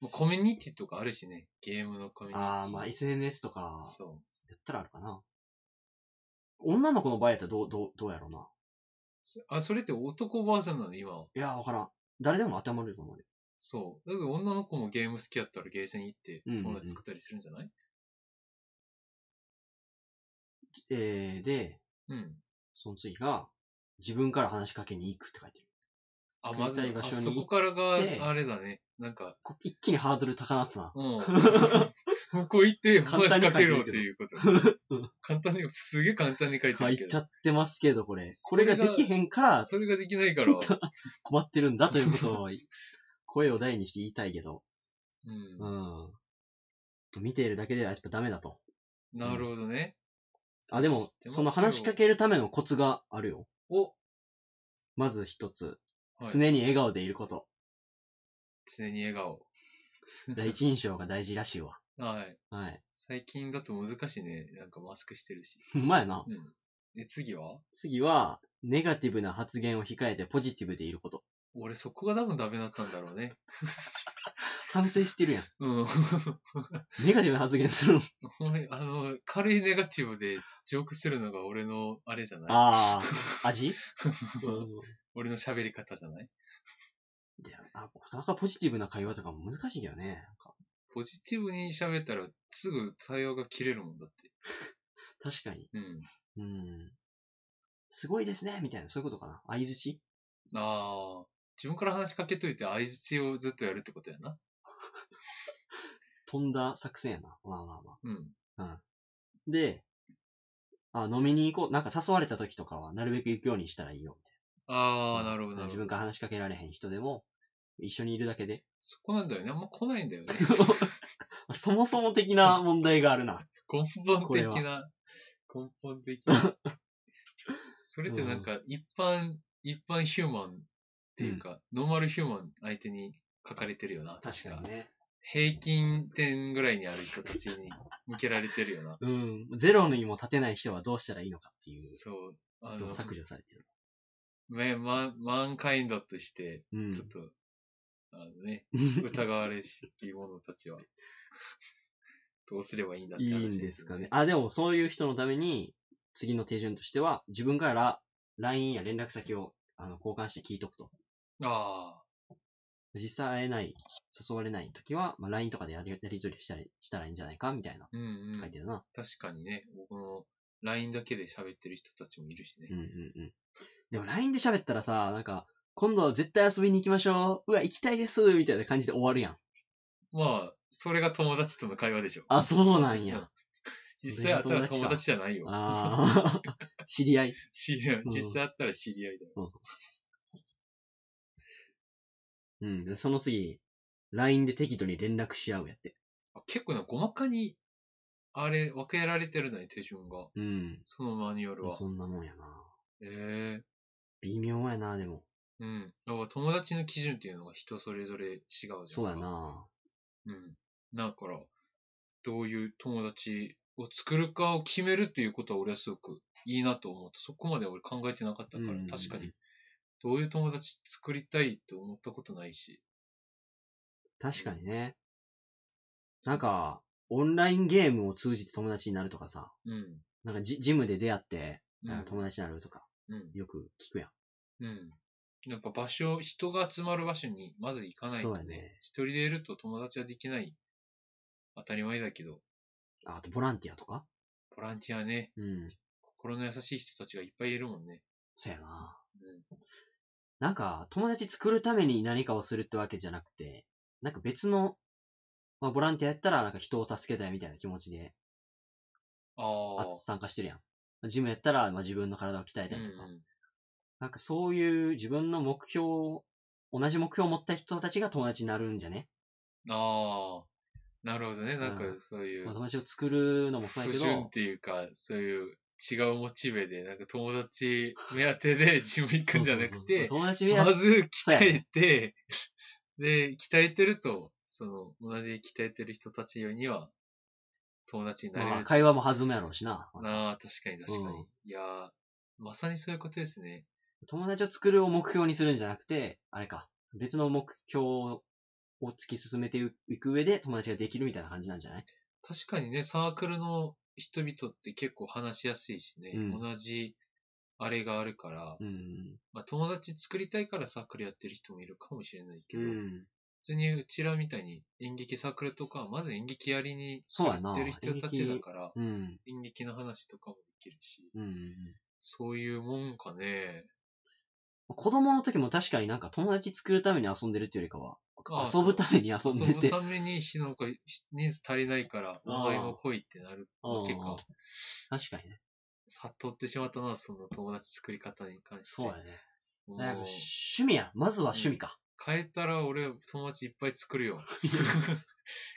[SPEAKER 2] まあコミュニティとかあるしね。ゲームのコミュニティ。
[SPEAKER 1] ああ、まあ SNS とか、
[SPEAKER 2] そう。
[SPEAKER 1] やったらあるかな。女の子の場合やったらどう、どう、どうやろうな。
[SPEAKER 2] そあ、それって男バージョンなの、今は。
[SPEAKER 1] いや、わからん。誰でも当てはまると思うよ。
[SPEAKER 2] そう。だけど女の子もゲーム好きやったらゲーセン行って
[SPEAKER 1] うんうんうん
[SPEAKER 2] 友達作ったりするんじゃない
[SPEAKER 1] えー、で、
[SPEAKER 2] うん。
[SPEAKER 1] その次が、自分から話しかけに行くって書いてる。
[SPEAKER 2] あ、
[SPEAKER 1] 作
[SPEAKER 2] ま
[SPEAKER 1] り
[SPEAKER 2] ず、
[SPEAKER 1] たい場
[SPEAKER 2] あ
[SPEAKER 1] 所
[SPEAKER 2] そ
[SPEAKER 1] に行
[SPEAKER 2] こ
[SPEAKER 1] っ
[SPEAKER 2] から
[SPEAKER 1] って
[SPEAKER 2] が、あれだね。なんか、
[SPEAKER 1] こ一気にハードル高なったな。
[SPEAKER 2] うん。向こう行って
[SPEAKER 1] 簡単に書いてるけど
[SPEAKER 2] 話しかけろってい うこと
[SPEAKER 1] うん。
[SPEAKER 2] 簡単に、すげえ簡単に書いて
[SPEAKER 1] 書
[SPEAKER 2] る
[SPEAKER 1] い
[SPEAKER 2] け
[SPEAKER 1] ちゃ
[SPEAKER 2] ど。
[SPEAKER 1] ってますけど、これ。こ
[SPEAKER 2] そ
[SPEAKER 1] れ
[SPEAKER 2] れ
[SPEAKER 1] が
[SPEAKER 2] が
[SPEAKER 1] できへんから
[SPEAKER 2] それができないから。
[SPEAKER 1] 困ってるんだということを、声を大にして言いたいけど。
[SPEAKER 2] う。
[SPEAKER 1] うんん。と見ているだけではやっぱダメだと。
[SPEAKER 2] なるほどね。
[SPEAKER 1] あ、で
[SPEAKER 2] 知
[SPEAKER 1] も
[SPEAKER 2] って、ますよ
[SPEAKER 1] その話しかけるためのコツがあるよ。
[SPEAKER 2] お、
[SPEAKER 1] まず一つ。
[SPEAKER 2] はい
[SPEAKER 1] 常に笑顔でいること。
[SPEAKER 2] 常に笑顔。
[SPEAKER 1] 第一印象が大事らしいわ。
[SPEAKER 2] はい。
[SPEAKER 1] はい。
[SPEAKER 2] 最近だと難しいね。なんかマスクしてるし。
[SPEAKER 1] ほんまやな。
[SPEAKER 2] うん。え、次は
[SPEAKER 1] 次は、ネガティブな発言を控えてポジティブでいること。
[SPEAKER 2] 俺そこが多分ダメだったんだろうね。
[SPEAKER 1] 反省してるやん。
[SPEAKER 2] うん。
[SPEAKER 1] ネガティブな発言するの。
[SPEAKER 2] 俺、あの、軽いネガティブでジョークするのが俺のあれじゃない
[SPEAKER 1] ああ、味うん
[SPEAKER 2] 俺の喋り方じゃない
[SPEAKER 1] であなかなかポジティブな会話とかも難しいけどね。なんか
[SPEAKER 2] ポジティブに喋ったらすぐ対応が切れるもんだって。
[SPEAKER 1] 確かに。
[SPEAKER 2] うん。
[SPEAKER 1] うん。すごいですねみたいな、そういうことかな。相づち
[SPEAKER 2] ああ、自分から話しかけといて相づちをずっとやるってことやな。
[SPEAKER 1] 飛んだ作戦やな。まあまあまあ。
[SPEAKER 2] うん。
[SPEAKER 1] で、あ、飲みに行こう。なんか誘われた時とかは、なるべく行くようにしたらいいよ。
[SPEAKER 2] ああ、なるほど、なる
[SPEAKER 1] 自
[SPEAKER 2] ほど。
[SPEAKER 1] 分から話しかけられへん人でも、一緒にいるだけで。
[SPEAKER 2] そこなんだよね。あんま来ないんだよね。
[SPEAKER 1] そもそも的な問題があるな。こ
[SPEAKER 2] 根本
[SPEAKER 1] れ
[SPEAKER 2] 的な、根本的 な。それってなんか一般、一般ヒューマンっていうか、ノーマルヒューマン相手に書かれてるよな。確か。
[SPEAKER 1] ね。。
[SPEAKER 2] 平均点ぐらいにある人たちに向けられてるよな
[SPEAKER 1] うん。ゼロにも立てない人はどうしたらいいのかっていう
[SPEAKER 2] そう。あ
[SPEAKER 1] こと
[SPEAKER 2] の
[SPEAKER 1] を、削除されてる。
[SPEAKER 2] ねマンマンカインドとして、
[SPEAKER 1] う
[SPEAKER 2] ちょっ
[SPEAKER 1] ん。
[SPEAKER 2] と、あの ね、疑われしき者たちは、どうすればいいんだって
[SPEAKER 1] い
[SPEAKER 2] 話
[SPEAKER 1] いんですかね。。あ、でもそういう人のために、次の手順としては、自分から LINE や連絡先をあの交換して聞いとくと。
[SPEAKER 2] あ
[SPEAKER 1] 実際会えない、誘われない時は、まあ、LINE とかでやりやり取りしたりしたらいいんじゃないかみたいな
[SPEAKER 2] あ、うんうん
[SPEAKER 1] 書い。てるな。
[SPEAKER 2] 確かにね、僕も LINE だけで喋ってる人たちもいるしね。
[SPEAKER 1] うんうんうん。でも LINE で喋ったらさ、なんか、今度絶対遊びに行きましょう。うわ、行きたいですみたいな感じで終わるやん。
[SPEAKER 2] まあ、それが友達との会話でしょ。
[SPEAKER 1] あ、そうなん
[SPEAKER 2] う
[SPEAKER 1] や
[SPEAKER 2] ん。実際会ったら友達じゃないよ。
[SPEAKER 1] ああ、 知り合い。
[SPEAKER 2] 知り合い、実際会ったら知り合いだよ。
[SPEAKER 1] うん。でその次、LINE で適度に連絡し合うやって。
[SPEAKER 2] あ結構な、細かに、あれ、分けられてるのに手順が。
[SPEAKER 1] うん。
[SPEAKER 2] そのマニュアルは。
[SPEAKER 1] そんなもんやな。
[SPEAKER 2] ええ
[SPEAKER 1] 微妙やな、でも。
[SPEAKER 2] うん。だから友達の基準っていうのが人それぞれ違うじゃん。
[SPEAKER 1] そうや。な。
[SPEAKER 2] うん。だから、どういう友達を作るかを決めるっていうことは俺はすごくいいなと思った。そこまで俺考えてなかったから、
[SPEAKER 1] うん
[SPEAKER 2] 確かに。どういう友達作りたいって思ったことないし。
[SPEAKER 1] 確かにね。なんか、オンラインゲームを通じて友達になるとかさ、
[SPEAKER 2] うん。
[SPEAKER 1] なんかジジムで出会って、
[SPEAKER 2] う
[SPEAKER 1] なん
[SPEAKER 2] ん
[SPEAKER 1] か。友達になるとか、
[SPEAKER 2] うん。
[SPEAKER 1] よく聞くやん。
[SPEAKER 2] うん。やっぱ場所、人が集まる場所にまず行かないと
[SPEAKER 1] そうや
[SPEAKER 2] ね
[SPEAKER 1] ね。
[SPEAKER 2] 一人でいると友達はできない。当たり前だけど、
[SPEAKER 1] ああと、ボランティアとか
[SPEAKER 2] ボランティアね、
[SPEAKER 1] うん。
[SPEAKER 2] 心の優しい人たちがいっぱいいるもんね。
[SPEAKER 1] そうやな。
[SPEAKER 2] うん。
[SPEAKER 1] なんか、友達作るために何かをするってわけじゃなくて、なんか別の、まあ、ボランティアやったら、なんか人を助けたいみたいな気持ちで
[SPEAKER 2] あ
[SPEAKER 1] あ
[SPEAKER 2] あ。
[SPEAKER 1] 参加してるやん。ジムやったら、まあ、自分の体を鍛えた
[SPEAKER 2] う
[SPEAKER 1] り
[SPEAKER 2] ん
[SPEAKER 1] とか、
[SPEAKER 2] うん
[SPEAKER 1] なんかそういう自分の目標を、同じ目標を持った人たちが友達になるんじゃね、
[SPEAKER 2] ああ、なるほどね。なんか
[SPEAKER 1] うん
[SPEAKER 2] そういう
[SPEAKER 1] まあ、友達を作るのもそう
[SPEAKER 2] 不
[SPEAKER 1] やけ
[SPEAKER 2] 純っ
[SPEAKER 1] ど、
[SPEAKER 2] ていうか、そういう違うモチベで、なんか友達目当てで ジム行くんじゃな
[SPEAKER 1] そうそ
[SPEAKER 2] くて、
[SPEAKER 1] うそう友達目当
[SPEAKER 2] ま
[SPEAKER 1] て
[SPEAKER 2] ず
[SPEAKER 1] そうや
[SPEAKER 2] 鍛え
[SPEAKER 1] ね
[SPEAKER 2] て、で、鍛えてると、その、同じ鍛えてる人たちには友達にな
[SPEAKER 1] ま
[SPEAKER 2] れ
[SPEAKER 1] あ、
[SPEAKER 2] る。
[SPEAKER 1] 会話も弾むやろうしな。
[SPEAKER 2] なあ、確かに確か
[SPEAKER 1] う
[SPEAKER 2] に
[SPEAKER 1] ん。
[SPEAKER 2] いやー、まさにそういうことですね。
[SPEAKER 1] 友達を作るを目標にするんじゃなくて、あれか、別の目標を突き進めていく上で友達ができるみたいな感じなんじゃない
[SPEAKER 2] 確かにね、サークルの人々って結構話しやすいしね、
[SPEAKER 1] うん
[SPEAKER 2] 同じあれがあるから、
[SPEAKER 1] うん。
[SPEAKER 2] まあ、友達作りたいからサークルやってる人もいるかもしれないけ
[SPEAKER 1] う
[SPEAKER 2] ど、
[SPEAKER 1] ん。
[SPEAKER 2] 普通にうちらみたいに演劇サークルとかはまず演劇やりに
[SPEAKER 1] そうやな
[SPEAKER 2] 行ってる人たちだから、
[SPEAKER 1] うん。
[SPEAKER 2] 演劇の話とかもできるし、
[SPEAKER 1] うん。
[SPEAKER 2] そういうもんかね。
[SPEAKER 1] 子供の時も確かになんか友達作るために遊んでるっていうよりかは、
[SPEAKER 2] ああ
[SPEAKER 1] 遊ぶために遊ん
[SPEAKER 2] 遊
[SPEAKER 1] で
[SPEAKER 2] ぶ
[SPEAKER 1] て、
[SPEAKER 2] ために日なんか人数足りないから、お前も来いってなる。
[SPEAKER 1] うん
[SPEAKER 2] 結構、
[SPEAKER 1] 確かにね。
[SPEAKER 2] 悟ってしまったな、その友達作り方に関して。
[SPEAKER 1] そうやね。
[SPEAKER 2] もう
[SPEAKER 1] なんか趣味や。まずは趣味か。
[SPEAKER 2] 変えたら俺友達いっぱい作るよ。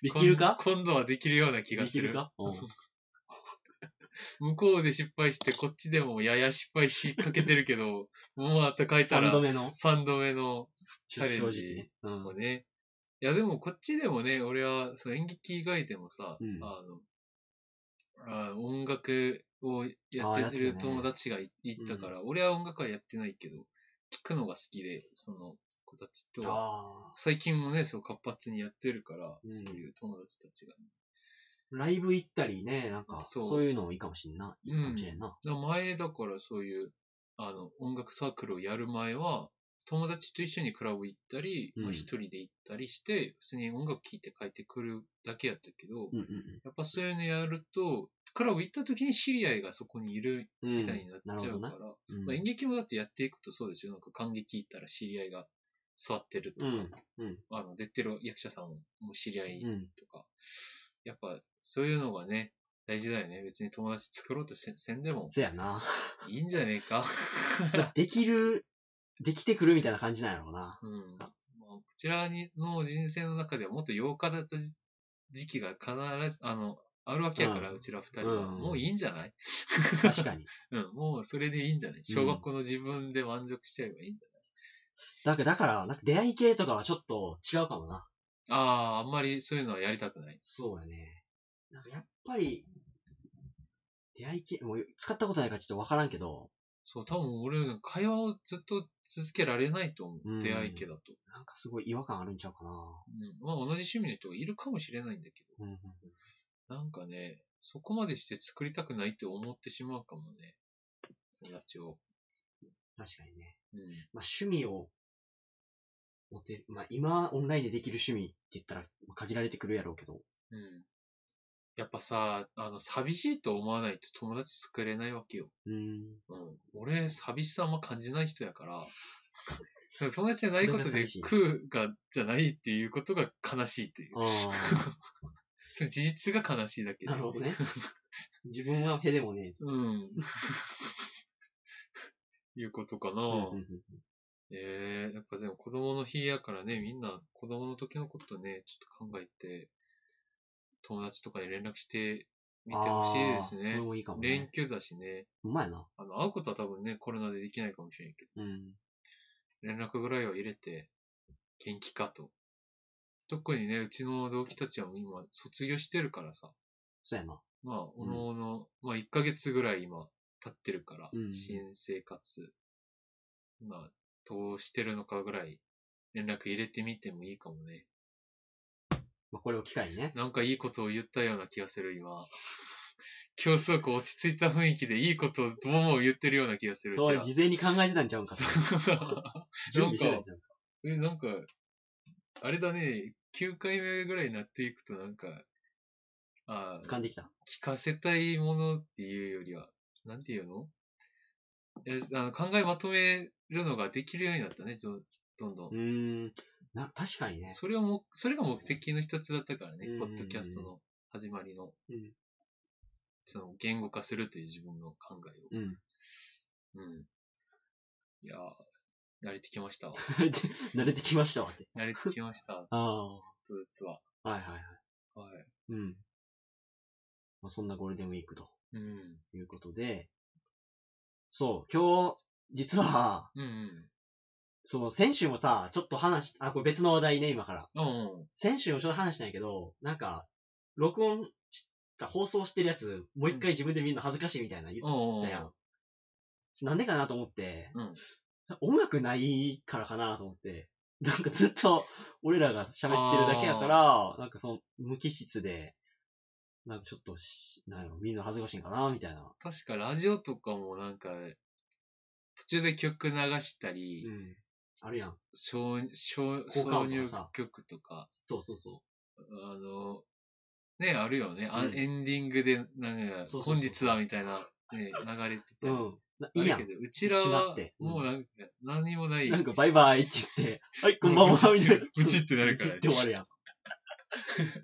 [SPEAKER 1] できるか
[SPEAKER 2] 今今度はできるような気が
[SPEAKER 1] ですき
[SPEAKER 2] る。
[SPEAKER 1] るかうん
[SPEAKER 2] 向こうで失敗して、こっちでもやや失敗しかけてるけど、 もうあった書いた
[SPEAKER 1] 三
[SPEAKER 2] ら
[SPEAKER 1] 度、目の、
[SPEAKER 2] 3度目のチ
[SPEAKER 1] 正
[SPEAKER 2] ャレン
[SPEAKER 1] 直
[SPEAKER 2] ジ
[SPEAKER 1] ね。うん
[SPEAKER 2] も。ね。いや、でもこっちでもね、俺は、その演劇以外でもさ、
[SPEAKER 1] うん
[SPEAKER 2] あのあ、音楽を
[SPEAKER 1] あー
[SPEAKER 2] や
[SPEAKER 1] や
[SPEAKER 2] っ
[SPEAKER 1] ってた
[SPEAKER 2] て
[SPEAKER 1] ね
[SPEAKER 2] る友達がいいたから、俺は音楽はやってないけど、聞くのが好きで、その、子たちと、
[SPEAKER 1] ああ。
[SPEAKER 2] 最近もね、そう活発にやってるから、
[SPEAKER 1] うん
[SPEAKER 2] そういう友達たちが、ね。
[SPEAKER 1] ライブ行ったりね、なんか、
[SPEAKER 2] そう
[SPEAKER 1] そういうのもいいかもしんな。いいかもしれんな。
[SPEAKER 2] だから前だからそういう、あの、音楽サークルをやる前は、友達と一緒にクラブ行ったり、
[SPEAKER 1] うん
[SPEAKER 2] まあ一人で行ったりして、普通に音楽聴いて帰ってくるだけやったけど、
[SPEAKER 1] うんうん
[SPEAKER 2] やっぱそういうのやると、クラブ行った時に知り合いがそこにいる
[SPEAKER 1] うん。
[SPEAKER 2] みたいになっちゃうから、
[SPEAKER 1] うん。
[SPEAKER 2] まあ、演劇もだってやっていくとそうでしょ、なんか感激行ったら知り合いが座ってるとか、
[SPEAKER 1] うんうん
[SPEAKER 2] あの出てる役者さんももう知り合い
[SPEAKER 1] うん
[SPEAKER 2] とか、やっぱそういうのがね、大事だよね。別に友達作ろうとせせんでも
[SPEAKER 1] そやな。
[SPEAKER 2] いいんじゃねえか。
[SPEAKER 1] できる、できてくるみたいな感じなんやろうな。
[SPEAKER 2] うん。まあ、こちらにの人生の中ではもっと8日だった時時期が必ず、あの、あるわけやから、
[SPEAKER 1] う
[SPEAKER 2] うんちら二人は、
[SPEAKER 1] うん
[SPEAKER 2] もういいんじゃない
[SPEAKER 1] 確かに。
[SPEAKER 2] うん、もうそれでいいんじゃない小学校の自分で満足しちゃえばいいんじ
[SPEAKER 1] だから、だから、なんか出会い系とかはちょっと違うかもな。
[SPEAKER 2] ゃない、ああ、あんまりそういうのはやりたくない。
[SPEAKER 1] そうやね。なんかやっぱり、出会い系、もう使ったことないからちょっとわからんけど、
[SPEAKER 2] そう、多分俺、会話をずっと続けられないと思う。
[SPEAKER 1] うん
[SPEAKER 2] 出会い系だと。
[SPEAKER 1] なんかすごい違和感あるんちゃうかな。
[SPEAKER 2] うん。まあ同じ趣味の人がいるかもしれないんだけ
[SPEAKER 1] うんうんうん。
[SPEAKER 2] ど、なんかね、そこまでして作りたくないって思ってしまうかもね。友達を。
[SPEAKER 1] 確かにね。
[SPEAKER 2] うん。
[SPEAKER 1] まあ、趣味を持てる。まあ、今、オンラインでできる趣味って言ったら、まあ限られてくるやろうけど。
[SPEAKER 2] うん。やっぱさ、あの、寂しいと思わないと友達作れないわけよ。
[SPEAKER 1] うーん。
[SPEAKER 2] うん。俺、寂しさあんま感じない人やから、そ の友達じゃないこと
[SPEAKER 1] それが
[SPEAKER 2] で
[SPEAKER 1] 寂しい
[SPEAKER 2] 食うが、じゃないっていうことが悲しいっ ていう。
[SPEAKER 1] ああ、
[SPEAKER 2] その事実が悲しいだけで。
[SPEAKER 1] なるほどね。自分はへでもねえと。
[SPEAKER 2] うん。いうことかな。
[SPEAKER 1] うんうんうん
[SPEAKER 2] ええやっぱでも子供の日やからね、みんな子供の時のことね、ちょっと考えて、友達とかに連絡してみてほしいです
[SPEAKER 1] あーそれ
[SPEAKER 2] ね。
[SPEAKER 1] もいいかも
[SPEAKER 2] 連
[SPEAKER 1] ね。
[SPEAKER 2] 休だしね。
[SPEAKER 1] うまいな。
[SPEAKER 2] あの、会うことは多分ね、コロナでできないかもしれんけ
[SPEAKER 1] うん。
[SPEAKER 2] ど、連絡ぐらいは入れて、元気かと。特にね、うちの同期たちはもう今、卒業してるからさ。
[SPEAKER 1] そうやな。
[SPEAKER 2] まあ、おのおの、まあ、1ヶ月ぐらい今、経ってるから、
[SPEAKER 1] うん
[SPEAKER 2] 新生活、まあ、どうしてるのかぐらい、連絡入れてみてもいいかもね。
[SPEAKER 1] まあ、これを機会にね。
[SPEAKER 2] なんかいいことを言ったような気がする、今。今日すごく落ち着いた雰囲気でいいことをどうも言ってるような気がする。
[SPEAKER 1] そう
[SPEAKER 2] じゃ
[SPEAKER 1] や、
[SPEAKER 2] あ
[SPEAKER 1] 事前に考えてたんちゃうんか。
[SPEAKER 2] そう
[SPEAKER 1] 準備してたんちゃうんか。
[SPEAKER 2] え、なんか、あれだね、9回目ぐらいになっていくとなんか、ああ、
[SPEAKER 1] 掴んできた。
[SPEAKER 2] 聞かせたいものっていうよりは、なんていうのえあの考えまとめるのができるようになったね、どどんどん
[SPEAKER 1] う。ーん。な、確かにね。
[SPEAKER 2] それをも、それが目的の一つだったからね
[SPEAKER 1] うん、
[SPEAKER 2] ポッドキャストの始まりの、
[SPEAKER 1] うん
[SPEAKER 2] その言語化するという自分の考え
[SPEAKER 1] うん。
[SPEAKER 2] を。うん。いやー、慣れてきましたわ。
[SPEAKER 1] 慣れてきましたわって。
[SPEAKER 2] 慣れてきました、ちょっ
[SPEAKER 1] ああ。は
[SPEAKER 2] とずつは。
[SPEAKER 1] いはいはい。
[SPEAKER 2] はい。
[SPEAKER 1] うん。まあ、そんなゴールデンウィークと
[SPEAKER 2] うん。
[SPEAKER 1] いうことで、そう、今日、実は、
[SPEAKER 2] うんうん。
[SPEAKER 1] その、先週もさ、ちょっと話し、あ、これ別の話題ね、今から。
[SPEAKER 2] うんうん。
[SPEAKER 1] 先週もちょっと話したんやけど、なんか、録音した、放送してるやつ、もう一回自分で見るの恥ずかしいみたいな言
[SPEAKER 2] うんうんう
[SPEAKER 1] っ
[SPEAKER 2] ん
[SPEAKER 1] たやん。な、んでかなと思って、
[SPEAKER 2] うん
[SPEAKER 1] 音楽ないからかなと思って、なんかずっと俺らが喋ってるだけやから、なんかその無機質で、なんかちょっとし、なんやろ、見るの恥ずかしいんかなみたいな。
[SPEAKER 2] 確かラジオとかもなんか、途中で曲流したり、
[SPEAKER 1] うん。あるやん。
[SPEAKER 2] 挿挿
[SPEAKER 1] 効果音
[SPEAKER 2] 挿
[SPEAKER 1] とか
[SPEAKER 2] 入
[SPEAKER 1] さ
[SPEAKER 2] 曲とか、
[SPEAKER 1] そうそうそ
[SPEAKER 2] あの、ね、あるよね。あ
[SPEAKER 1] うん
[SPEAKER 2] エンディングで、なんか、
[SPEAKER 1] そうそうそう
[SPEAKER 2] 本日はみたいな、 ね、流れて
[SPEAKER 1] う。う
[SPEAKER 2] たり。
[SPEAKER 1] ん。な
[SPEAKER 2] あ
[SPEAKER 1] いい
[SPEAKER 2] る
[SPEAKER 1] や
[SPEAKER 2] け
[SPEAKER 1] ん。
[SPEAKER 2] ど、うちら
[SPEAKER 1] 閉ま
[SPEAKER 2] は
[SPEAKER 1] って、うん
[SPEAKER 2] もうなんか、何もない。
[SPEAKER 1] なんかバイバイって言って、はい、こんばんは、
[SPEAKER 2] ブ
[SPEAKER 1] み
[SPEAKER 2] チ
[SPEAKER 1] たい
[SPEAKER 2] って
[SPEAKER 1] な。
[SPEAKER 2] ブチってなるから
[SPEAKER 1] ブチって終わるや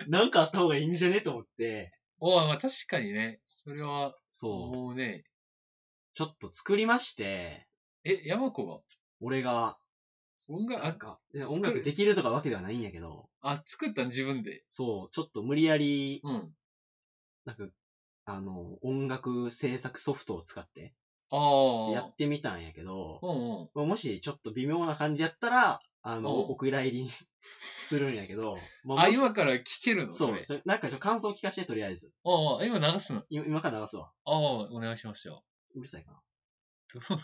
[SPEAKER 1] ん。 なんかあった方がいいんじゃねと思って、
[SPEAKER 2] おまあ確かにね、それは、
[SPEAKER 1] そう。
[SPEAKER 2] もうね、
[SPEAKER 1] ちょっと作りまして、
[SPEAKER 2] え、山子が
[SPEAKER 1] 俺が、
[SPEAKER 2] 音楽、
[SPEAKER 1] なん
[SPEAKER 2] あ、
[SPEAKER 1] か、いや
[SPEAKER 2] 作る
[SPEAKER 1] 音楽できるとかわけではないんやけど、
[SPEAKER 2] あ作ったん自分で。
[SPEAKER 1] そう、ちょっと無理やり、
[SPEAKER 2] うん。
[SPEAKER 1] なんか、あの、音楽制作ソフトを使って、
[SPEAKER 2] あ
[SPEAKER 1] や
[SPEAKER 2] あ
[SPEAKER 1] っ。てみたんやけど、
[SPEAKER 2] うんうん。
[SPEAKER 1] まあもしちょっと微妙な感じやったら、あの、
[SPEAKER 2] うん
[SPEAKER 1] お蔵入りに するんやけど、ま
[SPEAKER 2] あ、
[SPEAKER 1] もし
[SPEAKER 2] 今から聞けるの
[SPEAKER 1] そ
[SPEAKER 2] れ
[SPEAKER 1] う、それなんかちょ、感想聞かせて、とりあえず。
[SPEAKER 2] ああ、今流すの。
[SPEAKER 1] 今今から流すわ。
[SPEAKER 2] ああ、お願いしますよ。
[SPEAKER 1] うるさいかな。
[SPEAKER 2] すごい。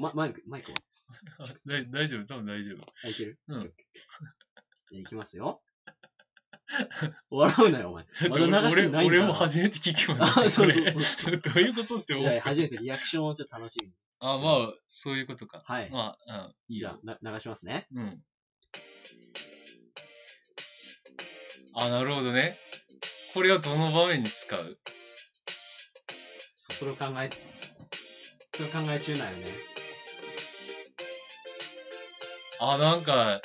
[SPEAKER 1] ま、マイク、マイクは
[SPEAKER 2] 大大丈夫、多分大丈夫。
[SPEAKER 1] あ、いける
[SPEAKER 2] うん
[SPEAKER 1] オッケーオッケーじゃあいきます よ。笑うなよ、お前。まだ流してないんだ
[SPEAKER 2] 俺俺も初めて聞きま
[SPEAKER 1] あ
[SPEAKER 2] した。
[SPEAKER 1] そうそうそう
[SPEAKER 2] これ どういうことって
[SPEAKER 1] い
[SPEAKER 2] 思う。
[SPEAKER 1] やいや初めてリアクションをちょっと楽しみに。
[SPEAKER 2] あ、まあ、そういうことか。
[SPEAKER 1] はい。
[SPEAKER 2] まあ、うん。いい
[SPEAKER 1] じゃ
[SPEAKER 2] よ
[SPEAKER 1] あ。、な流しますね。
[SPEAKER 2] うん。あ、なるほどね。これはどの場面に使う
[SPEAKER 1] そそれを考え、それを考え中なんよね。
[SPEAKER 2] あ、なんか、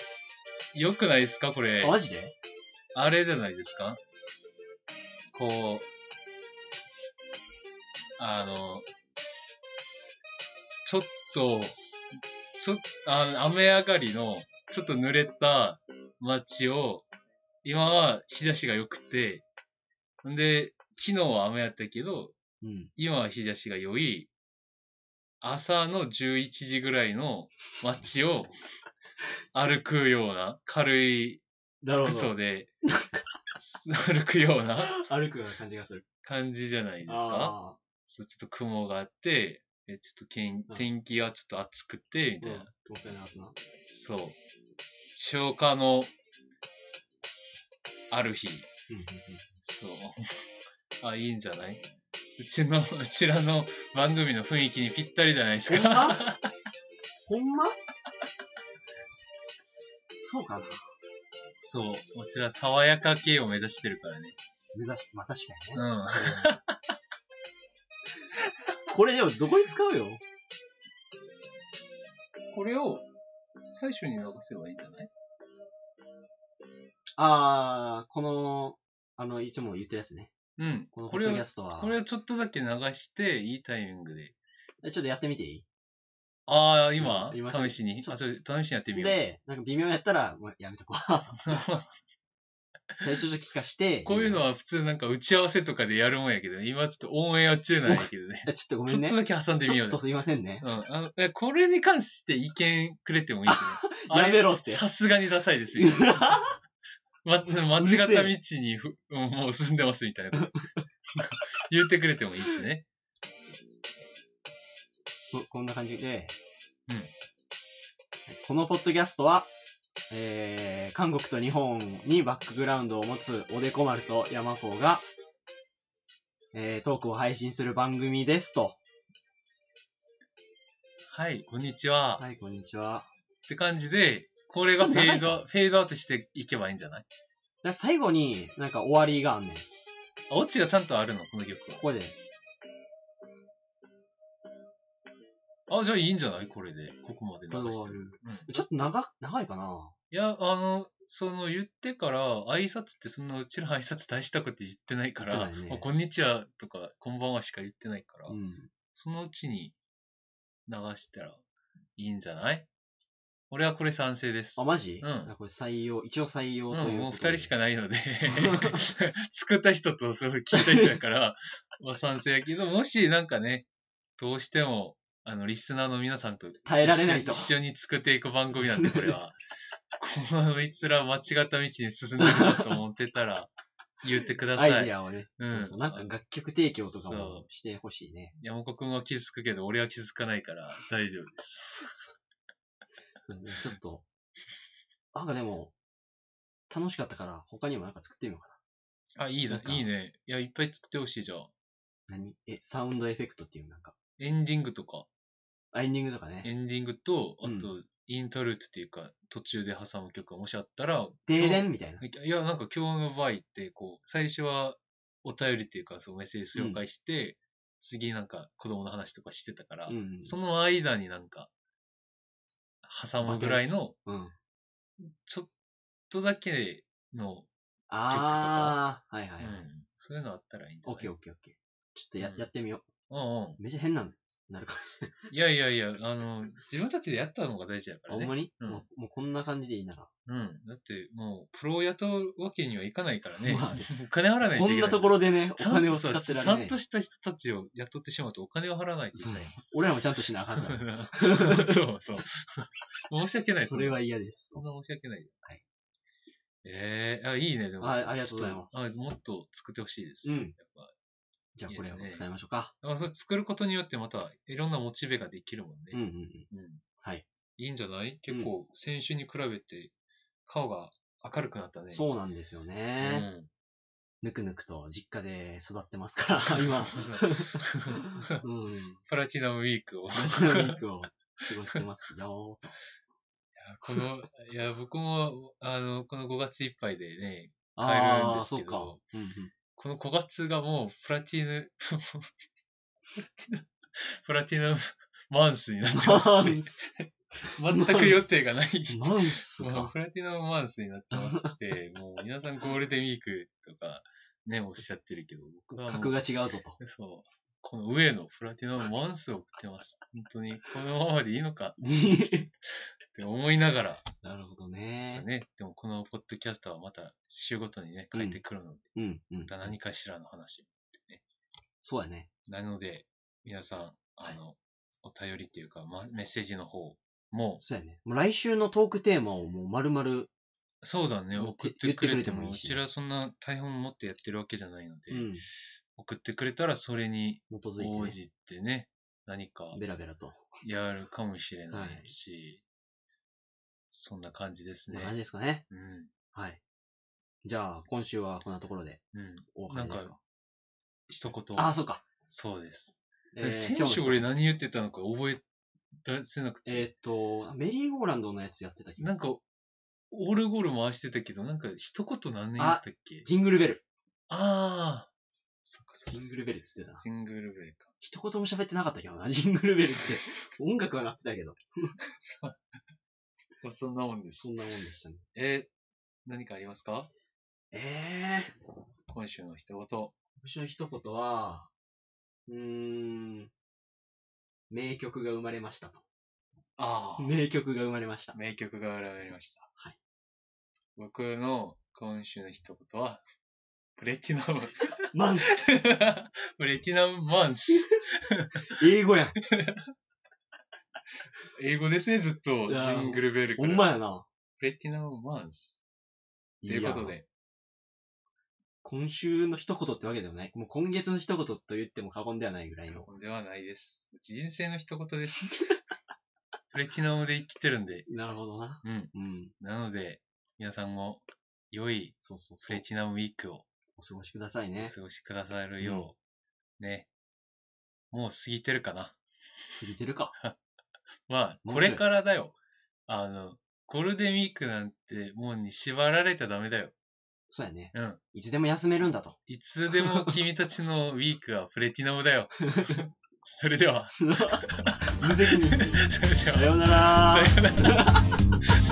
[SPEAKER 2] 良くないですかこれ
[SPEAKER 1] あ。マジで
[SPEAKER 2] あれじゃないですかこう、あの、ちょっと、ちょっあの、雨上がりの、ちょっと濡れた街を、今は日差しが良くて、んで、昨日は雨やったけど、
[SPEAKER 1] うん。
[SPEAKER 2] 今は日差しが良い、朝の11時ぐらいの街を歩くような、軽い
[SPEAKER 1] なるほ
[SPEAKER 2] 服装
[SPEAKER 1] ど。
[SPEAKER 2] で歩くような
[SPEAKER 1] 歩くような感じがする。
[SPEAKER 2] 感じじゃないですか。
[SPEAKER 1] あ
[SPEAKER 2] そうちょっと雲があって、えちょっとけん
[SPEAKER 1] うん
[SPEAKER 2] 天気はちょっと暑くて、み
[SPEAKER 1] あー。うん
[SPEAKER 2] たいな。。
[SPEAKER 1] もったいなかったな。
[SPEAKER 2] そう。消化のある日。
[SPEAKER 1] うんうんうん
[SPEAKER 2] そう。あ、いいんじゃないうちの、うちらの番組の雰囲気にぴったりじゃないです
[SPEAKER 1] ほんま
[SPEAKER 2] か。
[SPEAKER 1] ほんまそうかな。
[SPEAKER 2] そう。こちら、爽やか系を目指してるからね。
[SPEAKER 1] 目指し、まあ確かにね。
[SPEAKER 2] うん。
[SPEAKER 1] これでもどこに使うよ
[SPEAKER 2] これを、最初に流せばいいんじゃない
[SPEAKER 1] あー、この、あの、いつも言ってるやつね。
[SPEAKER 2] うん。
[SPEAKER 1] この
[SPEAKER 2] こ
[SPEAKER 1] ポッ
[SPEAKER 2] れ
[SPEAKER 1] ド
[SPEAKER 2] を
[SPEAKER 1] キ、ャストは。
[SPEAKER 2] これをちょっとだけ流して、いいタイミングで。
[SPEAKER 1] えちょっとやってみてい
[SPEAKER 2] ああ、今
[SPEAKER 1] うん今
[SPEAKER 2] 試しに。
[SPEAKER 1] ちょ
[SPEAKER 2] あ、ちょ、試しにやってみ
[SPEAKER 1] い
[SPEAKER 2] よう。
[SPEAKER 1] で、なんか微妙やったら、まあ、やめとこう。 最初ちょっと聞かして。
[SPEAKER 2] こういうのは普通なんか打ち合わせとかでやるもんやけど、今ちょっとオンエア中なんやけどね。
[SPEAKER 1] え。ちょっとごめ
[SPEAKER 2] ちょ
[SPEAKER 1] ん
[SPEAKER 2] っ
[SPEAKER 1] ね。
[SPEAKER 2] とだけ挟んでみ
[SPEAKER 1] ち
[SPEAKER 2] よ
[SPEAKER 1] ょ
[SPEAKER 2] う
[SPEAKER 1] っと。すいませんね。
[SPEAKER 2] うん。あのえこれに関して意見くれてもいいですね。あ
[SPEAKER 1] や
[SPEAKER 2] れ
[SPEAKER 1] めろって。
[SPEAKER 2] さすがにダサ いですよ。ま、間違った道にふ、うんもう進んでますみたいな こと。言ってくれてもいいしね。
[SPEAKER 1] ここんな感じで、
[SPEAKER 2] うん
[SPEAKER 1] このポッドキャストは、えー、韓国と日本にバックグラウンドを持つおでこ丸と山子が、えー、トークを配信する番組ですと。
[SPEAKER 2] はい、こんにちは。
[SPEAKER 1] はい、こんにちは。
[SPEAKER 2] って感じで、これがフェード、フェードアウトしていけばいいんじゃない
[SPEAKER 1] だ最後になんか終わりがあんねん。こ
[SPEAKER 2] あオチがちゃんとあるの、この曲
[SPEAKER 1] こで。
[SPEAKER 2] は。あ、じゃあいいんじゃないこれで。ここまで
[SPEAKER 1] これで
[SPEAKER 2] 流し
[SPEAKER 1] 終わ
[SPEAKER 2] てる。
[SPEAKER 1] る
[SPEAKER 2] うん
[SPEAKER 1] ちょっと長、長いかない
[SPEAKER 2] や、あの、その言ってから、挨拶ってそんなうちの挨拶大したこと言ってないから、
[SPEAKER 1] 言ってないね
[SPEAKER 2] まあこんにちはとか、こんばんはしか言ってないから、
[SPEAKER 1] うん。
[SPEAKER 2] そのうちに流したらいいんじゃない俺はこれ賛成です。
[SPEAKER 1] あ、マジ
[SPEAKER 2] うん
[SPEAKER 1] これ採用、一応採用という
[SPEAKER 2] う
[SPEAKER 1] ことで。
[SPEAKER 2] ん、もう二人しかないので、 作った人とそれを聞いた人 だから、まあ賛成やけど、もしなんかね、どうしても、あの、リスナーの皆さんと
[SPEAKER 1] 耐えられないと。
[SPEAKER 2] 一緒に作っていく番組な んで、これは。このいつら間違った道に進んでるなと思ってたら、言ってくだ
[SPEAKER 1] ア
[SPEAKER 2] さ
[SPEAKER 1] イデ
[SPEAKER 2] い。
[SPEAKER 1] ィアをね。
[SPEAKER 2] うん
[SPEAKER 1] そうそう。なんか楽曲提供とか
[SPEAKER 2] そ
[SPEAKER 1] もしてほしいね。
[SPEAKER 2] 山岡くんは気づくけど、俺は気づかないから大丈夫です。
[SPEAKER 1] そうねちょっと。なんかでも、楽しかったから、他にもなんか作ってみようか
[SPEAKER 2] あ、いい
[SPEAKER 1] そう
[SPEAKER 2] な、
[SPEAKER 1] か
[SPEAKER 2] いいね。いや、いっぱい作ってほしいじゃん。
[SPEAKER 1] な。何え、サウンドエフェクトっていうなんか、
[SPEAKER 2] エンディングとか、
[SPEAKER 1] エンディングとか
[SPEAKER 2] エ
[SPEAKER 1] ね。
[SPEAKER 2] ンディングと、あ
[SPEAKER 1] うん
[SPEAKER 2] と、イントルートっていうか、途中で挟む曲がもしあったら、
[SPEAKER 1] 停電みたいな。
[SPEAKER 2] いや、なんか今日の場合って、こう、最初はお便りっていうか、そうメッセージ紹介して、次なんか子供の話とかしてたから、
[SPEAKER 1] うん。
[SPEAKER 2] その間になんか、挟むぐらいの、
[SPEAKER 1] うん。
[SPEAKER 2] ちょっとだけの、
[SPEAKER 1] あー、はいは
[SPEAKER 2] う
[SPEAKER 1] いはい。
[SPEAKER 2] ん、そういうのあったらいいんじゃ
[SPEAKER 1] オ
[SPEAKER 2] な
[SPEAKER 1] ッ
[SPEAKER 2] い
[SPEAKER 1] ケーオッケーオッケー。ちょっとや
[SPEAKER 2] うん
[SPEAKER 1] やってみよ
[SPEAKER 2] うんうん。
[SPEAKER 1] う。めっちゃ変なのなるから。
[SPEAKER 2] いやいやいや、あの、自分たちでやったのが大事だから
[SPEAKER 1] ほん
[SPEAKER 2] ね
[SPEAKER 1] ま。に
[SPEAKER 2] うん
[SPEAKER 1] もうもうこんな感じでいいなら。
[SPEAKER 2] うん。だって、もう、プロを雇うわけにはいか ないからね。
[SPEAKER 1] まあね
[SPEAKER 2] お金払わないといけ
[SPEAKER 1] こ
[SPEAKER 2] ない。
[SPEAKER 1] んなところでね、お
[SPEAKER 2] ちゃん
[SPEAKER 1] 金を使
[SPEAKER 2] そう
[SPEAKER 1] ってら
[SPEAKER 2] ちゃ
[SPEAKER 1] れ
[SPEAKER 2] ん
[SPEAKER 1] ね
[SPEAKER 2] とした人たちを雇ってしまうとお金を払わないといけないんです。
[SPEAKER 1] 俺らもちゃんとしなあかん から。
[SPEAKER 2] そう そう。申し訳ない。
[SPEAKER 1] それは嫌です
[SPEAKER 2] そ。んな申し訳ない。
[SPEAKER 1] はい。
[SPEAKER 2] ええあ、いいね、でも。
[SPEAKER 1] はいありがとうございます
[SPEAKER 2] ちょっあもっと作ってほしいです。
[SPEAKER 1] うん
[SPEAKER 2] やっぱ
[SPEAKER 1] じゃあ
[SPEAKER 2] いい
[SPEAKER 1] こ
[SPEAKER 2] で
[SPEAKER 1] れ
[SPEAKER 2] す
[SPEAKER 1] を
[SPEAKER 2] ね
[SPEAKER 1] 使いましょうか。
[SPEAKER 2] まあ、それ作ることによってまたいろんなモチベができるもん
[SPEAKER 1] うんう
[SPEAKER 2] ね。
[SPEAKER 1] んうん。
[SPEAKER 2] うん。
[SPEAKER 1] はい。
[SPEAKER 2] いいんじゃない結構、先週に比べて顔が明るくなったね。
[SPEAKER 1] そうなんですよ
[SPEAKER 2] う
[SPEAKER 1] ね。
[SPEAKER 2] ん。
[SPEAKER 1] ぬくぬくと実家で育ってますから、今。うん。
[SPEAKER 2] プラチナムウィークを。い
[SPEAKER 1] ラストウィークを過ごしてます よ。
[SPEAKER 2] やこの、いや、僕も、あの、この5月いっぱいでね、帰るん
[SPEAKER 1] ああ
[SPEAKER 2] で
[SPEAKER 1] ー、
[SPEAKER 2] す
[SPEAKER 1] そ
[SPEAKER 2] け
[SPEAKER 1] うか。
[SPEAKER 2] ど、
[SPEAKER 1] うんうん。
[SPEAKER 2] この5月がもうプラチナ、 プラチナ、プラチナ マンスになって ますね、全く予定がない。
[SPEAKER 1] マウス
[SPEAKER 2] もう
[SPEAKER 1] か。
[SPEAKER 2] プラチナマンスになってま して、もう皆さんゴールデンウィークとかね、おっしゃってるけど、僕はも
[SPEAKER 1] 格
[SPEAKER 2] う、
[SPEAKER 1] が違うぞと。
[SPEAKER 2] そう、この上のプラチナマンスを送ってます。本当に、このままでいいのかって思いながら、
[SPEAKER 1] なるほどね。
[SPEAKER 2] ね、でもこのポッドキャストはまた週ごとにね、
[SPEAKER 1] うん
[SPEAKER 2] 変えてくるので、
[SPEAKER 1] うんうん
[SPEAKER 2] ま。た何かしらの話。
[SPEAKER 1] そうやね。
[SPEAKER 2] なので、皆さん、あの、お便りというか、ま、メッセージの方、も
[SPEAKER 1] そうやね。もう来週のトークテーマをもう丸々、
[SPEAKER 2] う、そうだね、
[SPEAKER 1] もう
[SPEAKER 2] 送っててくれて
[SPEAKER 1] 言ってくれても
[SPEAKER 2] も、
[SPEAKER 1] いういし
[SPEAKER 2] ちらそんな台本持ってやってるわけじゃないので、
[SPEAKER 1] うん、基
[SPEAKER 2] 送ってくれたらそれに
[SPEAKER 1] づい
[SPEAKER 2] 応
[SPEAKER 1] て、ね、
[SPEAKER 2] じてね、何か
[SPEAKER 1] ベラベラと。
[SPEAKER 2] やるかもしれな
[SPEAKER 1] はい
[SPEAKER 2] いし、そんな感じです
[SPEAKER 1] こん
[SPEAKER 2] ね
[SPEAKER 1] な。感じですかね。
[SPEAKER 2] うん。
[SPEAKER 1] はい。じゃあ、今週はこんなところで
[SPEAKER 2] うん。
[SPEAKER 1] お別れですか。
[SPEAKER 2] なん一言。
[SPEAKER 1] ああ、そうか。
[SPEAKER 2] そうです。
[SPEAKER 1] えー
[SPEAKER 2] 選
[SPEAKER 1] 今日
[SPEAKER 2] 手
[SPEAKER 1] の
[SPEAKER 2] 俺何言ってたのか覚え出せなくて。
[SPEAKER 1] えーっと、メリーゴーランドのやつやってた気が
[SPEAKER 2] なんか、オールゴール回してたけど、なんか一言何年やったっけ
[SPEAKER 1] ジングルベル。
[SPEAKER 2] ああーそっかそっ
[SPEAKER 1] ジ
[SPEAKER 2] か。
[SPEAKER 1] ングルベルって言ってたな。
[SPEAKER 2] ジングルベルか。
[SPEAKER 1] 一言も喋ってなかったけどな、ジングルベルって。音楽は鳴ってたけど。
[SPEAKER 2] まあそんなもんで
[SPEAKER 1] そん。なもんでしたね。
[SPEAKER 2] えー何かありますか
[SPEAKER 1] えー、
[SPEAKER 2] 今週の一言。
[SPEAKER 1] 私の一言は、うーん、名曲が生まれましたと。
[SPEAKER 2] ああ、
[SPEAKER 1] 名曲が生まれました。
[SPEAKER 2] 名曲が選ばれました。
[SPEAKER 1] はい。
[SPEAKER 2] 僕の今週の一言は、プレチナ ム。
[SPEAKER 1] マンス
[SPEAKER 2] プレチナムマンス。
[SPEAKER 1] 英語やん。
[SPEAKER 2] 英語ですね、ずっと。
[SPEAKER 1] いやー
[SPEAKER 2] ジングルベルか
[SPEAKER 1] ほ
[SPEAKER 2] ら。
[SPEAKER 1] んまやな。
[SPEAKER 2] プレティナムマンス。ということ
[SPEAKER 1] や。
[SPEAKER 2] で、
[SPEAKER 1] 今週の一言ってわけでもない。もう今月の一言と言っても過言ではないぐらいの。
[SPEAKER 2] ではないです。人生の一言です。プレチナムで生きてるんで。
[SPEAKER 1] なるほどな。
[SPEAKER 2] うん。
[SPEAKER 1] うん。
[SPEAKER 2] なので、皆さんも、良い
[SPEAKER 1] そうそうそ
[SPEAKER 2] プレ
[SPEAKER 1] う。
[SPEAKER 2] チナムウィークを
[SPEAKER 1] お過ごしください
[SPEAKER 2] お
[SPEAKER 1] ね。
[SPEAKER 2] 過ごしくださるよう、ね。もう過ぎてるかな。
[SPEAKER 1] 過ぎてるか。
[SPEAKER 2] まあ、
[SPEAKER 1] もう
[SPEAKER 2] これからだよ。あの、ゴールデンウィークなんて、もうに縛られたらダメだよ。
[SPEAKER 1] そうやね。
[SPEAKER 2] うん。
[SPEAKER 1] いつでも休めるんだ と。
[SPEAKER 2] いつでも君たちのウィークはプレティナムだよ。それでは、
[SPEAKER 1] 無責任に。
[SPEAKER 2] それで は
[SPEAKER 1] さ。ようなら
[SPEAKER 2] さよなら。